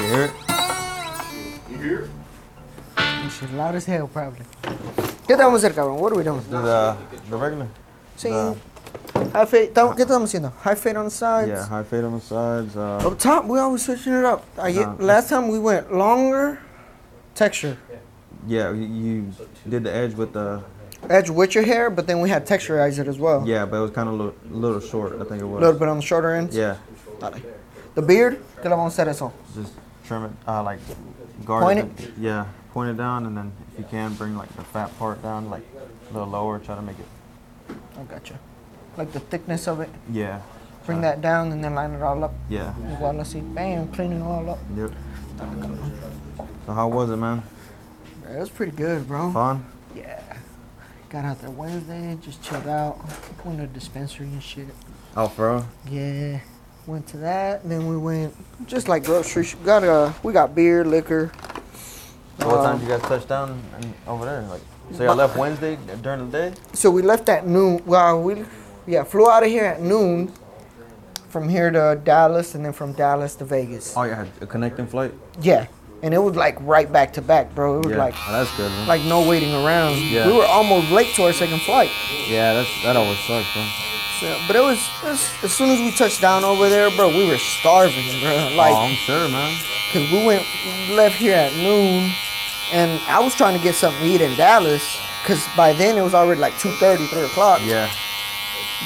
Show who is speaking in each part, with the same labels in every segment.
Speaker 1: hear it?
Speaker 2: You hear?
Speaker 3: Shit, loud as hell, probably. ¿Qué estamos haciendo, cabrón? What are we doing?
Speaker 1: The, the, the regular?
Speaker 3: Sí.
Speaker 1: the-
Speaker 3: High fade. tam- ¿Qué estamos haciendo? High fade on the sides.
Speaker 1: Yeah, high fade on the sides. Uh,
Speaker 3: Up top, we always switching it up. I
Speaker 1: Nah.
Speaker 3: get, last time we went longer texture.
Speaker 1: yeah, you- you did the edge with the.
Speaker 3: Edge with your hair, but then we had texturize it as well.
Speaker 1: Yeah, but it was kind of little, little short, I think it
Speaker 3: A
Speaker 1: was.
Speaker 3: little bit on the shorter end.
Speaker 1: Yeah,
Speaker 3: The beard, ¿qué le vamos a hacer eso?
Speaker 1: just trim it, uh, like
Speaker 3: Point
Speaker 1: guard it. Yeah, point it down, and then if you can, bring like the fat part down, like a little lower, try to make it.
Speaker 3: I gotcha. Like the thickness of it.
Speaker 1: Yeah,
Speaker 3: Bring that down and then line it all up.
Speaker 1: yeah.
Speaker 3: Igual así. Bam, clean it all up.
Speaker 1: Yep. So how was it, man?
Speaker 3: That was pretty good, bro.
Speaker 1: Fun?
Speaker 3: Yeah. Got out there Wednesday, just chilled out. Went to the dispensary and shit.
Speaker 1: Oh, bro.
Speaker 3: Yeah. Went to that. Then we went just like grocery. sh- Got a we got beer, liquor.
Speaker 1: So what time
Speaker 3: Um,
Speaker 1: did you guys touch down and over there? Like, so y'all left Wednesday during the day?
Speaker 3: So we left at noon. Well, we yeah flew out of here at noon. From here to Dallas, and then from Dallas to Vegas.
Speaker 1: Oh, you had a connecting flight.
Speaker 3: Yeah, and it was like right back to back, bro. It was
Speaker 1: Yeah,
Speaker 3: like
Speaker 1: Oh, that's good. Man.
Speaker 3: like no waiting around.
Speaker 1: Yeah.
Speaker 3: We were almost late to our second flight.
Speaker 1: yeah, that's that always sucks, bro.
Speaker 3: So, but it was, it was as soon as we touched down over there, bro. We were starving, bro. Like
Speaker 1: oh, I'm sure, man.
Speaker 3: Cause we went left here at noon, and I was trying to get something to eat in Dallas. Cause by then it was already like 2:30, 3 o'clock.
Speaker 1: Yeah,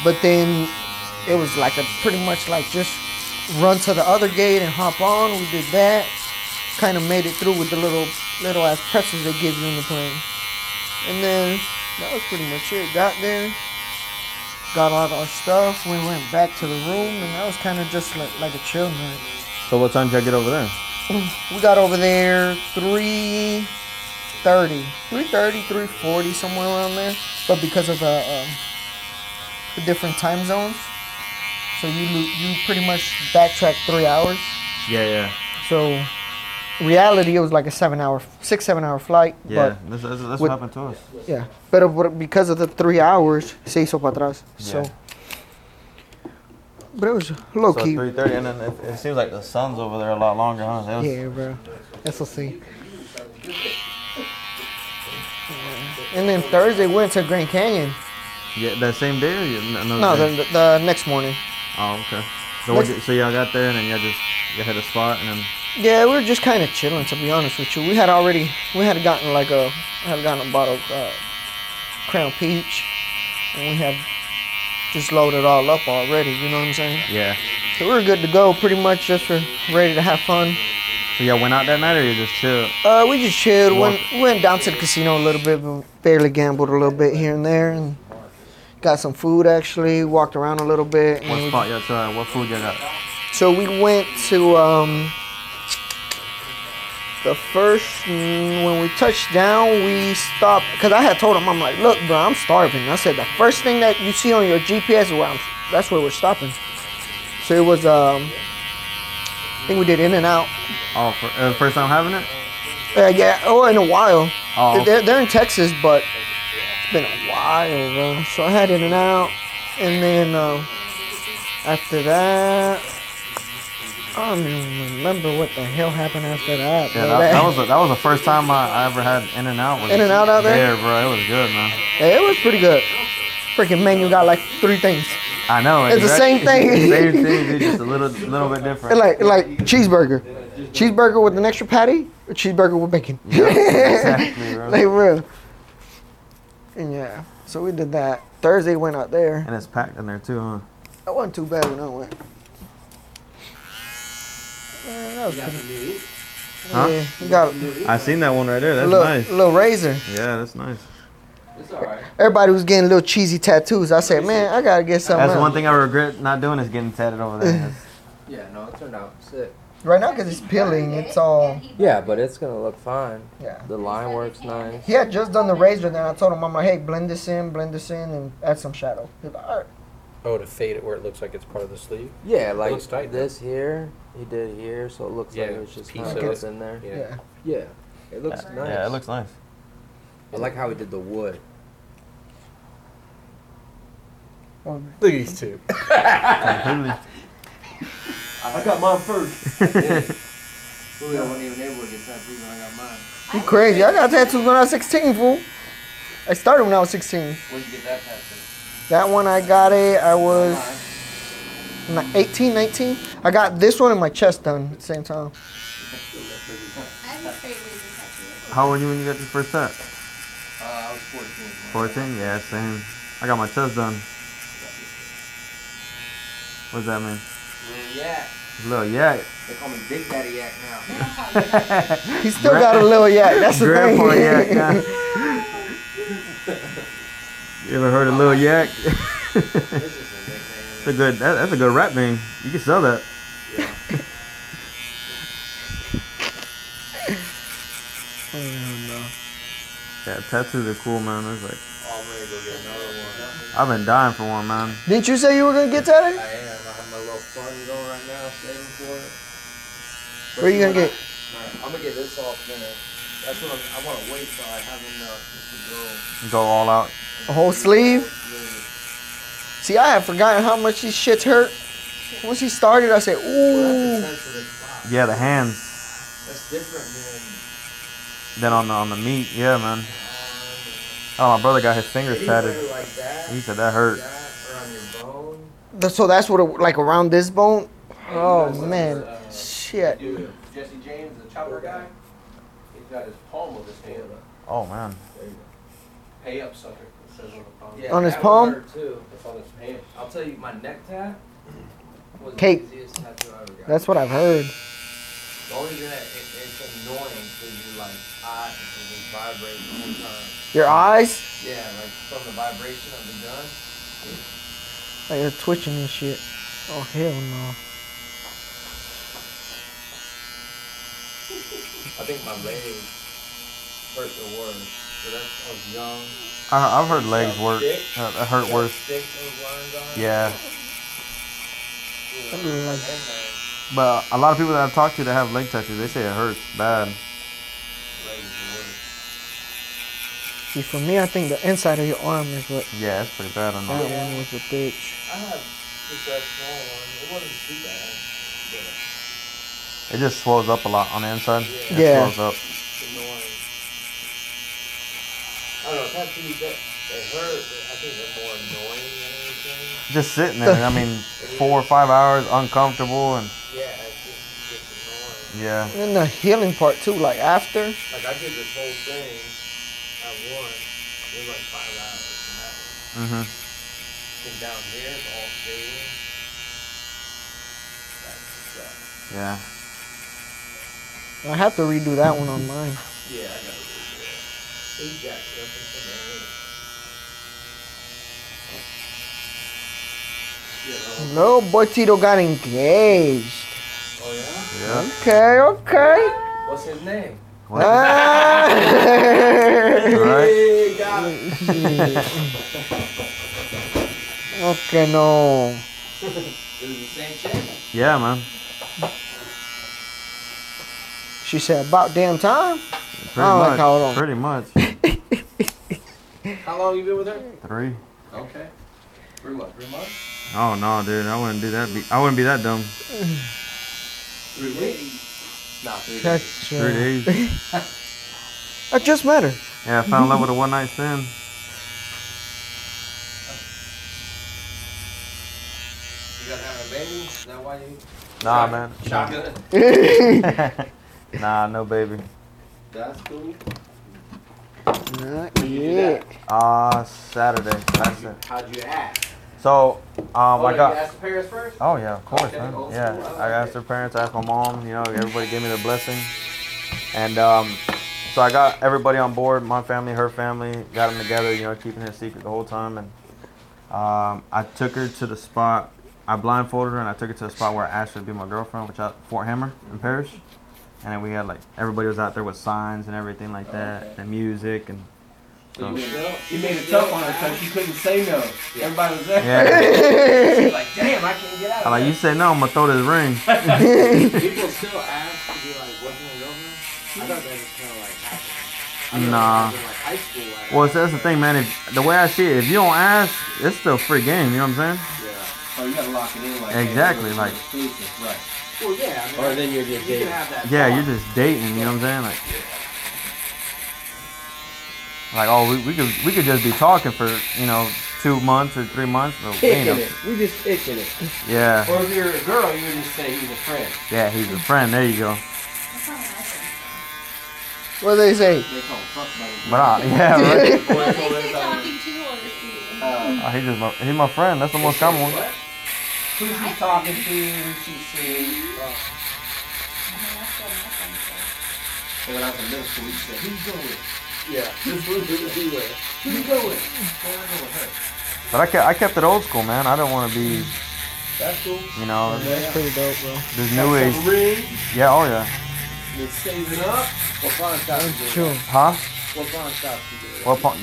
Speaker 3: But then it was like a pretty much like just run to the other gate and hop on. We did that. Kind of made it through with the little little ass pretzels they give you in the plane. And then that was pretty much it. Got there, got all of our stuff. We went back to the room, and that was kind of just like like a chill night.
Speaker 1: So what time did y'all get over there?
Speaker 3: We got over there 3.30, 3.30, 3.40, somewhere around there. But because of the, um, the different time zones, so you lo- you pretty much backtrack three hours.
Speaker 1: Yeah, yeah,
Speaker 3: So reality, it was like a seven hour, six seven hour flight.
Speaker 1: yeah. That's, that's, that's what
Speaker 3: with-
Speaker 1: happened to us.
Speaker 3: But yeah. Pero por- because of the three hours, se hizo para atrás.
Speaker 1: Yeah.
Speaker 3: So. But it was low
Speaker 1: So
Speaker 3: key.
Speaker 1: 3:30, and then it, it seems like the sun's over there a lot longer, huh? That was-
Speaker 3: Yeah, bro. That's what see. And then Thursday went to Grand Canyon.
Speaker 1: yeah. That same day or you- n- another
Speaker 3: No,
Speaker 1: day?
Speaker 3: the, the next morning.
Speaker 1: Oh, okay. So what
Speaker 3: Next-
Speaker 1: did- so y'all got there and then y'all just y'all hit a spot and then
Speaker 3: Yeah, we were just kind of chilling, to be honest with you. We had already, we had gotten like a, had gotten a bottle of uh, Crown Peach, and we had just loaded all up already. You know what I'm saying?
Speaker 1: yeah.
Speaker 3: So we were good to go, pretty much, just were ready to have fun.
Speaker 1: So y'all went out that night or you just chilled?
Speaker 3: Uh, we just chilled. Went,
Speaker 1: Walked-
Speaker 3: went down to the casino a little bit, but barely gambled a little bit here and there, and got some food actually. Walked around a little bit. and
Speaker 1: What
Speaker 3: we-
Speaker 1: spot y'all tried? What food y'all got?
Speaker 3: so we went to um, the first mm, when we touched down, we stopped because I had told him I'm like, look, bro, I'm starving. I said the first thing that you see on your GPS is where I'm. That's where we're stopping. So it was um, I think we did In and Out.
Speaker 1: Oh, for, uh, first time having it?
Speaker 3: Uh, yeah, oh, in a while.
Speaker 1: Oh.
Speaker 3: They're, they're in Texas, but it's been a while, bro. So I had In and Out, and then uh, after that, I don't even remember what the hell happened after that.
Speaker 1: Yeah,
Speaker 3: bro.
Speaker 1: that, that was the, that was the first time I, I ever had In and Out.
Speaker 3: In-N-Out out there?
Speaker 1: Yeah, bro, it was good, man.
Speaker 3: Yeah, it was pretty good. Freaking menu got like three things.
Speaker 1: I know.
Speaker 3: It's the same thing.
Speaker 1: same thing, dude, just a little little bit different.
Speaker 3: And like like cheeseburger, cheeseburger with an extra patty, or cheeseburger with bacon.
Speaker 1: exactly, bro.
Speaker 3: like real. And yeah, so we did that. Thursday went out there.
Speaker 1: and it's packed in there too, huh?
Speaker 3: That wasn't too bad when I went. Man, that was pretty-
Speaker 1: Huh?
Speaker 3: Yeah, you got
Speaker 1: I seen that one right there.
Speaker 3: a
Speaker 1: That's
Speaker 3: little,
Speaker 1: nice.
Speaker 3: little razor.
Speaker 1: Yeah, that's nice.
Speaker 2: It's alright.
Speaker 3: Everybody was getting little cheesy tattoos. I said, man, I gotta get something.
Speaker 1: That's
Speaker 3: else."
Speaker 1: one thing I regret not doing is getting tatted over there. That's-
Speaker 2: Yeah, no, it turned out sick.
Speaker 3: Right now, because it's peeling, it's all.
Speaker 2: Yeah, but it's gonna look fine.
Speaker 3: Yeah.
Speaker 2: The line works nice.
Speaker 3: He had just done the razor, then I told him, I'm like, hey, blend this in, blend this in, and add some shadow. He's like, all right.
Speaker 4: Oh, to fade it where it looks like it's part of the sleeve.
Speaker 2: Yeah, like
Speaker 4: looks tight, though.
Speaker 2: this here, he did here, so it looks like
Speaker 4: Yeah,
Speaker 2: it was just
Speaker 4: piece
Speaker 2: kind
Speaker 3: of
Speaker 2: of
Speaker 4: it.
Speaker 2: in there.
Speaker 4: Yeah.
Speaker 3: Yeah.
Speaker 2: Yeah, it looks
Speaker 1: yeah,
Speaker 2: nice.
Speaker 1: Yeah, it looks nice.
Speaker 2: I like how he did the wood.
Speaker 3: Well,
Speaker 4: Look at these two.
Speaker 1: Completely.
Speaker 2: I got mine first. Ooh, I wasn't even able to get tattoos when I got mine.
Speaker 3: You crazy? I got tattoos when I was 16, fool. I started when I was 16.
Speaker 2: Where'd you get that tattoo?
Speaker 3: That one I got it. I was ni- 18, 19. I got this one in my chest done at the same time.
Speaker 5: I'm afraid of losing tattoos.
Speaker 1: How old were you when you got your first set?
Speaker 2: Uh, I was 14. man.
Speaker 1: 14? Yeah, same. I got my chest done. What does that mean?
Speaker 2: Little yak.
Speaker 1: Little yak.
Speaker 2: They call me Big Daddy Yak now.
Speaker 3: He still got a little yak. That's the
Speaker 1: Grandpa
Speaker 3: thing.
Speaker 1: yak. huh? you ever heard of Lil Yak?
Speaker 2: This is a
Speaker 1: That's a good.
Speaker 2: nickname.
Speaker 1: That, that's a good rap name. You can sell that. Yeah, tattoos are cool, man. It's like
Speaker 6: Oh, I'm ready to go get another one.
Speaker 1: I've been dying for one, man.
Speaker 3: Didn't you say you were gonna get tatted?
Speaker 2: I am. I have my little fun going right now, saving for it. But
Speaker 3: Where you gonna
Speaker 2: know
Speaker 3: get?
Speaker 2: what? Nah, I'm gonna get this off, man. That's what I'm, I want to wait till I have enough just to go.
Speaker 1: Go all out.
Speaker 3: A whole sleeve? See, I had forgotten how much these shits hurt. Once he started, I said,
Speaker 2: Well,
Speaker 3: ooh.
Speaker 2: that's a sensitive spot.
Speaker 1: Yeah, the hands.
Speaker 2: That's different than.
Speaker 1: Then on the on the meat. Yeah, man. Oh, my brother got his fingers
Speaker 2: um, Anywhere
Speaker 1: tatted.
Speaker 2: like that,
Speaker 1: He said that hurt.
Speaker 2: that, or on your bone.
Speaker 3: Th- So that's what, it, like around this bone? Oh,
Speaker 2: That's like
Speaker 3: man.
Speaker 2: the, uh,
Speaker 3: Shit.
Speaker 2: dude, Jesse James, the chopper guy, he's got his palm of his hand up.
Speaker 1: Oh man.
Speaker 2: Pay up, sucker. It says on the palm.
Speaker 3: On his palm?
Speaker 2: too. It's on his hand. I'll tell you, my neck tat was
Speaker 3: Cake.
Speaker 2: the easiest tattoo I ever got.
Speaker 3: That's what I've heard.
Speaker 2: The only thing that it, it's annoying because you're like, ah, it's just vibrating the whole time.
Speaker 3: Your eyes,
Speaker 2: Yeah, like from the vibration of the gun.
Speaker 3: like they're twitching and shit. Oh, hell no.
Speaker 2: I think my legs hurt the worst. So that's I was young.
Speaker 1: I, I've heard legs
Speaker 2: Got
Speaker 1: work.
Speaker 2: thick.
Speaker 1: Uh, that hurt
Speaker 2: Got
Speaker 1: worse.
Speaker 2: thick those lines on.
Speaker 1: Yeah.
Speaker 2: Yeah.
Speaker 3: That'd be like-
Speaker 2: And, uh,
Speaker 1: But a lot of people that I've talked to that have leg tattoos, they say it hurts bad.
Speaker 2: legs are worse.
Speaker 3: See, for me, I think the inside of your arm is what
Speaker 1: Yeah, it's pretty bad on
Speaker 3: that
Speaker 1: that.
Speaker 2: Yeah.
Speaker 3: one was a bitch.
Speaker 2: I have just that small one. It wasn't too bad. But
Speaker 1: It just swells up a lot on the inside. It
Speaker 3: Yeah.
Speaker 1: swells up.
Speaker 2: it's annoying. I don't know, tattoos, that, they hurt, but I think they're more annoying than anything.
Speaker 1: Just sitting there. I mean, four or five hours, uncomfortable, and
Speaker 2: Yeah, it's just, it's just annoying.
Speaker 1: yeah.
Speaker 3: And then the healing part, too, like after.
Speaker 2: Like, I did this whole thing at once. It was like five hours. And
Speaker 1: Mhm.
Speaker 2: that was, and down here, it's all fading. That sucks.
Speaker 1: Yeah.
Speaker 3: I have to redo that one on mine.
Speaker 2: Yeah, I gotta do it. He jacked up and said, "Man, Yeah,
Speaker 3: No, boy Tito got engaged.
Speaker 2: oh yeah?
Speaker 1: Yeah.
Speaker 3: Okay, okay.
Speaker 2: What's his name?
Speaker 1: What?
Speaker 3: Ah!
Speaker 1: Right?
Speaker 2: Hey, got it.
Speaker 3: okay, no.
Speaker 2: It was the same chick.
Speaker 1: Yeah, man.
Speaker 3: She said, about damn time.
Speaker 1: Pretty
Speaker 3: I don't like
Speaker 1: much.
Speaker 3: how it all-
Speaker 1: pretty much.
Speaker 2: How long you been with her?
Speaker 1: Three.
Speaker 2: Okay. Three what? Three months?
Speaker 1: Oh no, dude. I wouldn't do that. Be- I wouldn't be that dumb.
Speaker 2: Three weeks? Nah, three
Speaker 3: That's
Speaker 2: days.
Speaker 1: Three
Speaker 3: uh,
Speaker 1: days.
Speaker 3: I just met her.
Speaker 1: Yeah, I fell in love with a one night stand.
Speaker 2: You got having a baby? Is that why you
Speaker 1: Nah, man.
Speaker 2: shotgun?
Speaker 1: nah, no baby.
Speaker 2: That's cool.
Speaker 3: Not
Speaker 2: you do
Speaker 3: yet.
Speaker 1: Ah, Saturday. That's it.
Speaker 2: How'd you ask?
Speaker 1: So, um, I
Speaker 2: Oh, you
Speaker 1: got.
Speaker 2: asked the parents first?
Speaker 1: Oh yeah, of course,
Speaker 2: Okay,
Speaker 1: man.
Speaker 2: old
Speaker 1: Yeah,
Speaker 2: school, I
Speaker 1: I
Speaker 2: like
Speaker 1: asked
Speaker 2: it.
Speaker 1: her parents, I asked my mom. You know, everybody gave me their blessing, and um, so I got everybody on board. My family, her family, got them together. You know, keeping it a secret the whole time, and um, I took her to the spot. I blindfolded her and I took her to the spot where I asked her to be my girlfriend, which I Fort Hammer in Paris. And then we had like everybody was out there with signs and everything like that,
Speaker 2: Okay.
Speaker 1: and music and
Speaker 2: So you made it up?
Speaker 7: You made it tough on her because she couldn't say no.
Speaker 2: Yeah.
Speaker 7: Everybody was there.
Speaker 1: yeah.
Speaker 2: She's like, damn, I can't get out
Speaker 1: I
Speaker 2: of
Speaker 1: like you say no, I'm gonna throw this ring.
Speaker 2: here. People still ask to be like, what's my girlfriend? I thought that was kind of like happening.
Speaker 1: Nah.
Speaker 2: I thought that was in, like high school. Like,
Speaker 1: Well, so that's the thing, man. If, the way I see it, if you don't ask, it's still free game. You know what I'm saying?
Speaker 2: Yeah.
Speaker 8: So you gotta lock it in like
Speaker 1: Exactly, like-
Speaker 8: exclusive, right?
Speaker 7: Well, yeah. I mean,
Speaker 2: Or then you're just
Speaker 7: you
Speaker 2: dating.
Speaker 7: can have that.
Speaker 1: Yeah,
Speaker 7: thought.
Speaker 1: you're just dating. You know what I'm saying? Like, like oh, we, we could we could just be talking for you know two months or three months. But we
Speaker 2: Kicking
Speaker 1: ain't
Speaker 2: it. We just kicking it.
Speaker 1: a- yeah,
Speaker 2: Or if you're a girl, you would just say he's a friend.
Speaker 1: yeah, he's a friend. There you go.
Speaker 5: That's probably what I think.
Speaker 3: What they say?
Speaker 8: They call it fuck buddy.
Speaker 1: But I, yeah, right.
Speaker 5: What do they say talking to or receiving?
Speaker 8: Uh,
Speaker 1: oh, he's just my, he's my friend. That's the most common one.
Speaker 7: What?
Speaker 8: who's she talking to? Who's she seeing?
Speaker 5: I mean, that's what my friend said.
Speaker 8: And when I was in middle school, we used to say, "Who you going with?
Speaker 7: Yeah. Just leave it be there.
Speaker 8: Who you going with? Well, I'm going with her."
Speaker 1: But I kept, I kept it old school, man. I don't want to be,
Speaker 8: That's cool.
Speaker 1: you know,
Speaker 3: That's pretty dope, bro.
Speaker 1: this new age.
Speaker 8: A ring.
Speaker 1: Yeah, oh yeah.
Speaker 8: Been saving up.
Speaker 7: What pawn shop you go to?
Speaker 3: True.
Speaker 1: Huh?
Speaker 7: What pawn shop you go to?
Speaker 1: What? pun-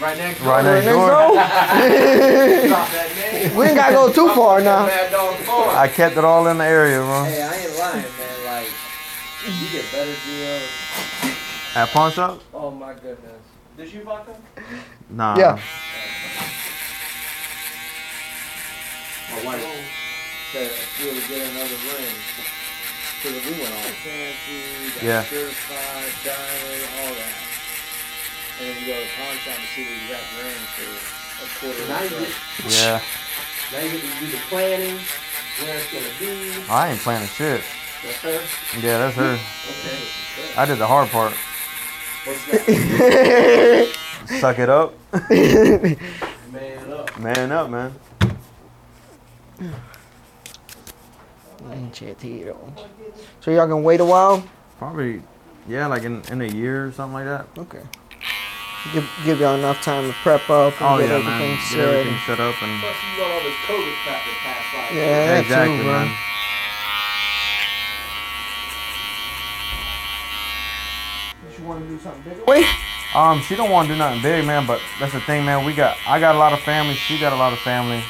Speaker 8: Right next. door.
Speaker 1: Right next
Speaker 3: Next
Speaker 1: door.
Speaker 3: door.
Speaker 8: Drop that name.
Speaker 3: we ain't gotta go too far now.
Speaker 7: Mad Dog Farm.
Speaker 1: I kept it all in the area, bro.
Speaker 2: Oh, I ain't lying, man. Like,
Speaker 7: You get better deals.
Speaker 1: At pawn shop?
Speaker 2: oh my goodness.
Speaker 8: Did you fuck him?
Speaker 1: Nah.
Speaker 3: Yeah.
Speaker 7: My wife said she would get another ring. So that we went all fancy, got
Speaker 1: Yeah.
Speaker 7: certified, diamond, all that. And then you go to the pawn shop and see the exact ring for a quarter.
Speaker 2: Now
Speaker 7: Now
Speaker 2: you
Speaker 7: you,
Speaker 2: get,
Speaker 1: Yeah.
Speaker 2: now you get to do the planning, where it's gonna be.
Speaker 1: I ain't planning shit.
Speaker 2: That's her.
Speaker 1: Yeah, that's her.
Speaker 2: Okay.
Speaker 1: I did the hard part.
Speaker 2: What's that?
Speaker 1: Suck it up.
Speaker 2: Man up.
Speaker 1: Man up, man.
Speaker 3: So y'all gonna wait a while?
Speaker 1: Probably, yeah, like in, in a year or something like that.
Speaker 3: Okay. Give, give y'all enough time to prep up and
Speaker 1: Oh,
Speaker 3: get
Speaker 1: yeah,
Speaker 3: everything
Speaker 1: man. Get
Speaker 3: set.
Speaker 1: everything set up and.
Speaker 8: Plus, you got all this COVID crap that passed by.
Speaker 3: Yeah, that
Speaker 1: exactly,
Speaker 3: too, bro.
Speaker 1: man.
Speaker 3: You wanna do something bigger? Wait.
Speaker 1: Um, she don't want to do nothing big, man. But that's the thing, man. We got, I got a lot of family. She got a lot of family.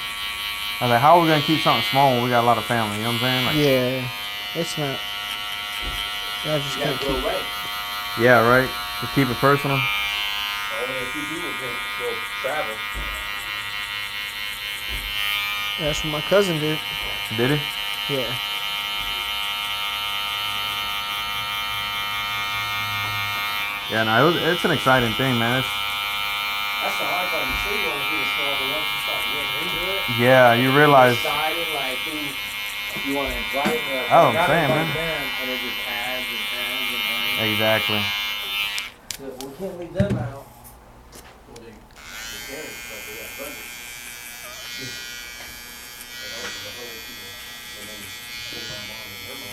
Speaker 1: I was like, how are we gonna keep something small when we got a lot of family? You know what I'm saying? Like,
Speaker 3: Yeah. It's not. Y'all just
Speaker 7: you
Speaker 3: gotta
Speaker 7: got to go
Speaker 3: keep.
Speaker 7: away.
Speaker 1: Yeah, right. To keep it personal.
Speaker 4: Only a few people can go travel.
Speaker 3: That's what my cousin did.
Speaker 1: Did it?
Speaker 3: Yeah.
Speaker 1: Yeah, no. It was, it's an exciting thing, man. It's,
Speaker 7: That's the hard part. You say you want to do the small, but once you start getting into it,
Speaker 1: yeah, you realize.
Speaker 7: deciding like who you want to invite. Like,
Speaker 1: Oh, I'm
Speaker 7: I gotta
Speaker 1: saying,
Speaker 7: invite
Speaker 1: man.
Speaker 7: them, And it just adds and adds and adds.
Speaker 1: Exactly.
Speaker 7: So we can't leave them out. Well, they, they can, but they got budget. And all the other people, and then there's my mom and her mom. so we-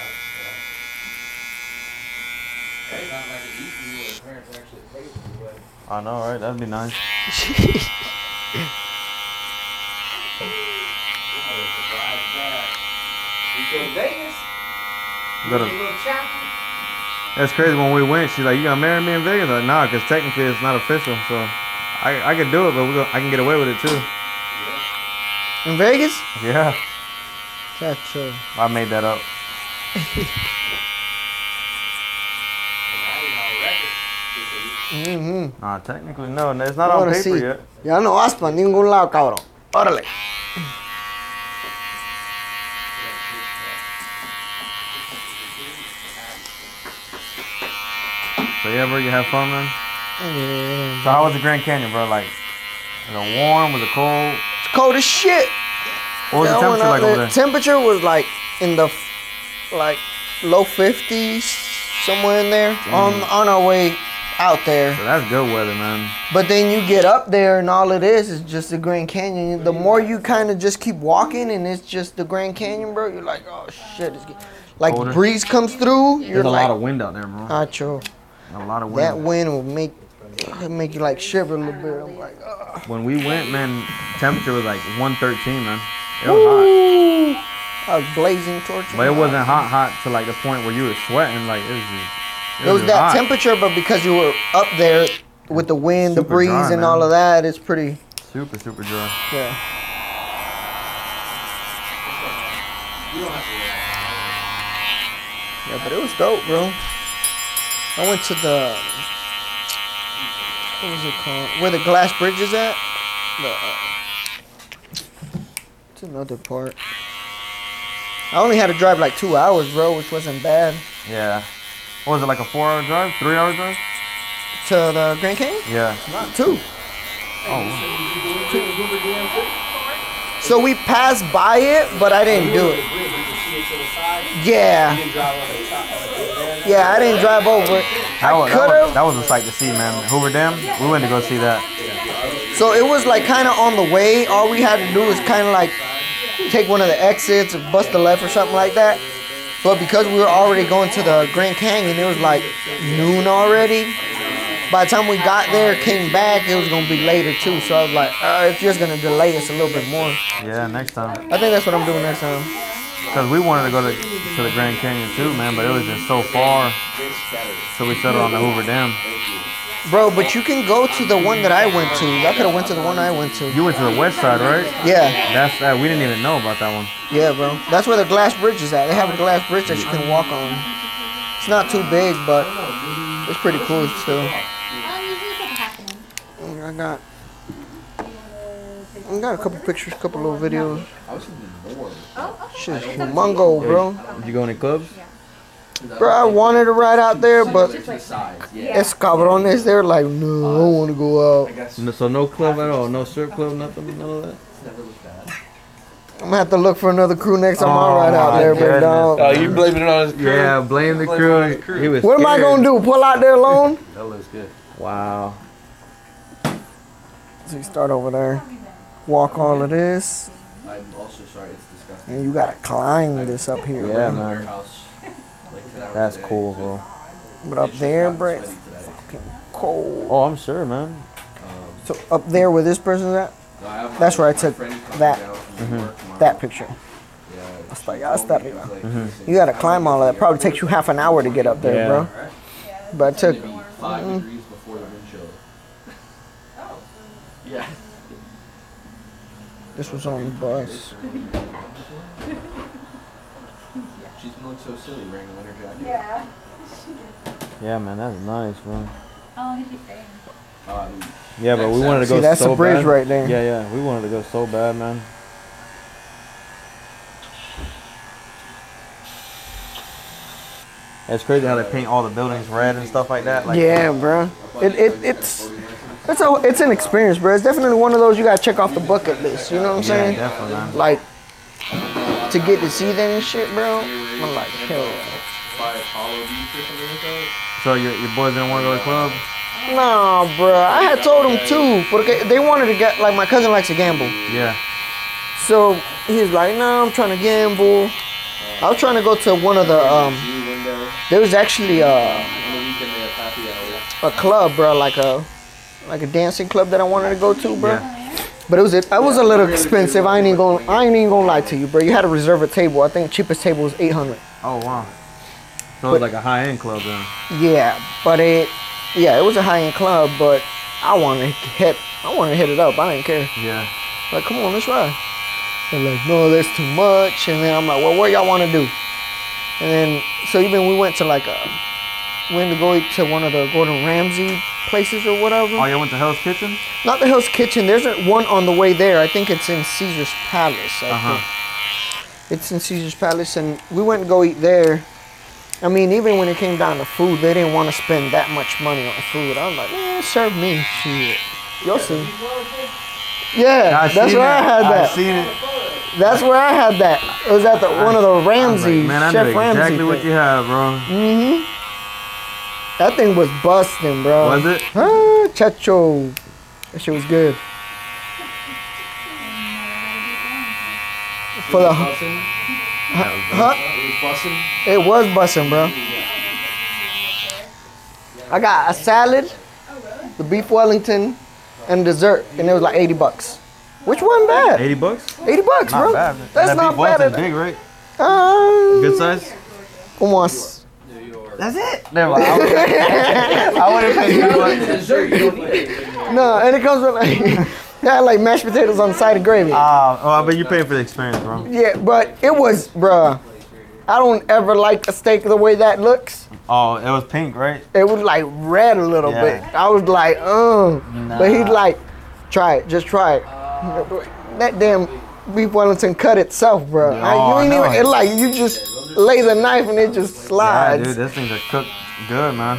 Speaker 7: That's what I- It's not like it used to be where the parents actually paid for the wedding.
Speaker 1: I know, right? That'd be nice.
Speaker 7: I was surprised that. We go to Vegas,
Speaker 1: Go
Speaker 7: we
Speaker 1: to-
Speaker 7: go shopping.
Speaker 1: That's crazy. When we went, she's like, "You gonna marry me in Vegas?" I'm like, nah, because technically it's not official. So, I I could do it, but we go, I can get away with it too.
Speaker 3: In Vegas?
Speaker 1: Yeah,
Speaker 3: That's true.
Speaker 1: I made that up.
Speaker 7: And I was on record. She said, "You
Speaker 3: Mm-hmm.
Speaker 1: Nah, technically no, it's not
Speaker 3: I
Speaker 1: on
Speaker 3: wanna
Speaker 1: paper
Speaker 3: see.
Speaker 1: yet.
Speaker 3: Y'all no vas pa ningún lado, cabrón. Órale.
Speaker 1: So yeah, bro, you have fun, man.
Speaker 3: Yeah.
Speaker 1: So how was the Grand Canyon, bro? Like, was it warm? Was it cold?
Speaker 3: It's cold as shit.
Speaker 1: What was the
Speaker 3: Y'all went
Speaker 1: temperature
Speaker 3: out
Speaker 1: like over
Speaker 3: there-
Speaker 1: there?
Speaker 3: Temperature was like in the f- like low 50s, somewhere in there.
Speaker 1: Mm.
Speaker 3: On on our way out there.
Speaker 1: So that's good weather, man.
Speaker 3: But then you get up there and all it is is just the Grand Canyon. The more you kind of just keep walking and it's just the Grand Canyon, bro, you're like, oh shit, it's get-. like
Speaker 1: Colder.
Speaker 3: breeze comes through, you're
Speaker 1: There's a
Speaker 3: like,
Speaker 1: lot of wind out there, bro.
Speaker 3: nacho.
Speaker 1: a lot of
Speaker 3: That
Speaker 1: wind.
Speaker 3: wind will make it'll make you like shiver a little bit. I'm like, oh.
Speaker 1: when we went, man, temperature was like 113, man. It was
Speaker 3: Ooh. I was blazing torches.
Speaker 1: hot, but it wasn't hot, hot to like the point where you were sweating. Like it was. Just,
Speaker 3: It was
Speaker 1: just
Speaker 3: that
Speaker 1: hot.
Speaker 3: temperature, but because you were up there with the wind, the
Speaker 1: Super
Speaker 3: breeze,
Speaker 1: dry,
Speaker 3: and
Speaker 1: man.
Speaker 3: all of that, it's pretty.
Speaker 1: Super, super dry.
Speaker 3: Yeah. Yeah, but it was dope, bro. I went to the What was it called? Where the glass bridge is at? The, uh, it's another part. I only had to drive like two hours, bro, which wasn't bad.
Speaker 1: Yeah. What was it, like a four hour drive? Three hour drive?
Speaker 3: To the Grand Canyon?
Speaker 1: Yeah.
Speaker 3: Not two. So we passed by it, but I didn't do it. Yeah. Yeah, I didn't drive over it.
Speaker 1: That was,
Speaker 3: I
Speaker 1: that,
Speaker 3: could
Speaker 1: was,
Speaker 3: have.
Speaker 1: that was a sight to see, man. Hoover Dam, we went to go see that.
Speaker 3: So it was like kind of on the way. All we had to do was kind of like take one of the exits or bust the left or something like that. But because we were already going to the Grand Canyon, it was like noon already. By the time we got there, came back, it was gonna be later too. So I was like, uh, it's just gonna delay us a little bit more.
Speaker 1: Yeah, next time.
Speaker 3: I think that's what I'm doing next time.
Speaker 1: Because we wanted to go to, to the Grand Canyon too, man, but it was just so far. So we settled on the Hoover Dam.
Speaker 3: Bro, but you can go to the one that I went to. I could have went to the one I went to.
Speaker 1: You went to the west side, right?
Speaker 3: Yeah,
Speaker 1: That's that. We didn't even know about that one.
Speaker 3: yeah, bro. That's where the glass bridge is at. They have a glass bridge that you can walk on. It's not too big, but it's pretty cool still.
Speaker 5: Um, you just like happening.
Speaker 3: I got, I got a couple pictures, couple little videos.
Speaker 5: Oh, okay.
Speaker 3: Shit's humongo, bro.
Speaker 1: Did you go any clubs?
Speaker 3: Bro, I wanted to ride out there, but
Speaker 8: Just like sides, yeah.
Speaker 3: it's cabrones. They're like, no, I don't want to go out.
Speaker 1: No, so no club at all? No strip club? Nothing? None of that?
Speaker 3: I'm gonna have to look for another crew next time I ride out
Speaker 1: Oh my
Speaker 3: there, big
Speaker 1: goodness.
Speaker 3: dog.
Speaker 1: Oh,
Speaker 9: Oh,
Speaker 1: you
Speaker 9: you blaming it on his
Speaker 1: Yeah, blame the crew. He was
Speaker 3: What am I gonna do? Pull out there alone?
Speaker 9: That looks good.
Speaker 1: Wow.
Speaker 3: So you start over there, walk all of this,
Speaker 9: I'm also sorry, it's disgusting.
Speaker 3: and you gotta climb this up here.
Speaker 1: Yeah,
Speaker 3: bro.
Speaker 1: man.
Speaker 9: House, like, that
Speaker 1: That's cool, bro.
Speaker 3: But up there, bro, it's fucking cold.
Speaker 1: Oh, I'm sure, man.
Speaker 3: So up there where this person's at, That's where I took that- Mm-hmm. that Mm-hmm. picture. Hasta allá, hasta arriba. You gotta climb all of that. Probably takes you half an hour to get up there,
Speaker 1: Yeah.
Speaker 3: bro. But I took
Speaker 9: Five degrees before the wind chill. Yeah.
Speaker 3: this was on the bus.
Speaker 9: She's gonna look so silly wearing a winter jacket.
Speaker 5: Yeah.
Speaker 1: Yeah, man. That's nice, man.
Speaker 5: Oh, he'd be saying.
Speaker 9: Um,
Speaker 1: Yeah, but we wanted to go.
Speaker 3: See, that's
Speaker 1: so
Speaker 3: the
Speaker 1: bad.
Speaker 3: bridge right there.
Speaker 1: Yeah, yeah. We wanted to go so bad, man. It's crazy how they paint all the buildings red and stuff like that. Like,
Speaker 3: Yeah, bro. It, it it's it's a it's an experience, bro. It's definitely one of those you gotta check off the bucket list. You know what I'm
Speaker 1: Yeah,
Speaker 3: saying?
Speaker 1: definitely, man.
Speaker 3: Like to get to see that and shit, bro. I'm like, hell.
Speaker 9: by Apollo Beach or something like that.
Speaker 1: So your, your boys didn't want to go to the club?
Speaker 3: Nah, bro. I had told him too, porque they wanted to get like my cousin likes to gamble.
Speaker 1: Yeah.
Speaker 3: So he was like, nah, I'm trying to gamble. I was trying to go to one of the um. There was actually a a club, bro, like a like a dancing club that I wanted to go to, bro. But it was it was a little expensive. I ain't even going I ain't even gonna lie to you, bro. You had to reserve a table. I think cheapest table was 800.
Speaker 1: Oh wow. So it's like a high end club then.
Speaker 3: Yeah, but it yeah it was a high end club, but I wanted to hit I wanted to hit it up. I didn't care.
Speaker 1: Yeah.
Speaker 3: Like, come on, let's ride. They're like, no, that's too much. And then I'm like, well, what y'all want to do? And then, so even we went to like a, we went to go eat to one of the Gordon Ramsay places or whatever.
Speaker 1: Oh, y'all went to Hell's Kitchen?
Speaker 3: Not the Hell's Kitchen. There's a- one on the way there. I think it's in Caesar's Palace. I
Speaker 1: Uh-huh.
Speaker 3: think. It's in Caesar's Palace, and we went and go eat there. I mean, even when it came down to food, they didn't want to spend that much money on food. I was like, eh, serve me, shit. You'll see. Yeah,
Speaker 1: I
Speaker 3: that's
Speaker 1: seen
Speaker 3: where I
Speaker 1: it.
Speaker 3: had that.
Speaker 1: I seen it.
Speaker 3: That's where I had that. It was at the one of the
Speaker 1: I was
Speaker 3: Ramsey,
Speaker 1: like, man, I
Speaker 3: Chef
Speaker 1: know
Speaker 3: Ramsey.
Speaker 1: exactly what you have, bro.
Speaker 3: mm-hmm. That thing was busting, bro.
Speaker 1: Was it?
Speaker 3: Ah, chacho. That shit was good. For the huh? It was busting, bro. I got a salad, the beef Wellington, and dessert, and it was like 80 bucks. Which wasn't bad.
Speaker 1: 80 bucks?
Speaker 3: 80 bucks,
Speaker 1: Not
Speaker 3: bro.
Speaker 1: bad.
Speaker 3: That's
Speaker 1: that
Speaker 3: not
Speaker 1: big boy's
Speaker 3: bad.
Speaker 1: is big, right?
Speaker 3: Um,
Speaker 1: Good size?
Speaker 3: Almost.
Speaker 1: That's it. Never mind. I would have paid you
Speaker 8: Dessert, you don't need it.
Speaker 3: No, and it comes with like, they had like mashed potatoes on the side of gravy.
Speaker 1: Ah, oh, I bet you paid for the experience, bro.
Speaker 3: yeah, but it was, bruh. I don't ever like a steak the way that looks.
Speaker 1: Oh, it was pink, right?
Speaker 3: It was like red a little
Speaker 1: Yeah.
Speaker 3: bit. I was like, oh. But he's like, try it, just try it. that damn beef Wellington cut itself, bro.
Speaker 1: No,
Speaker 3: Like, you ain't
Speaker 1: no.
Speaker 3: even, it like, you just lay the knife and it just
Speaker 1: Yeah,
Speaker 3: slides.
Speaker 1: dude, this thing's are cooked good,
Speaker 9: My
Speaker 1: man.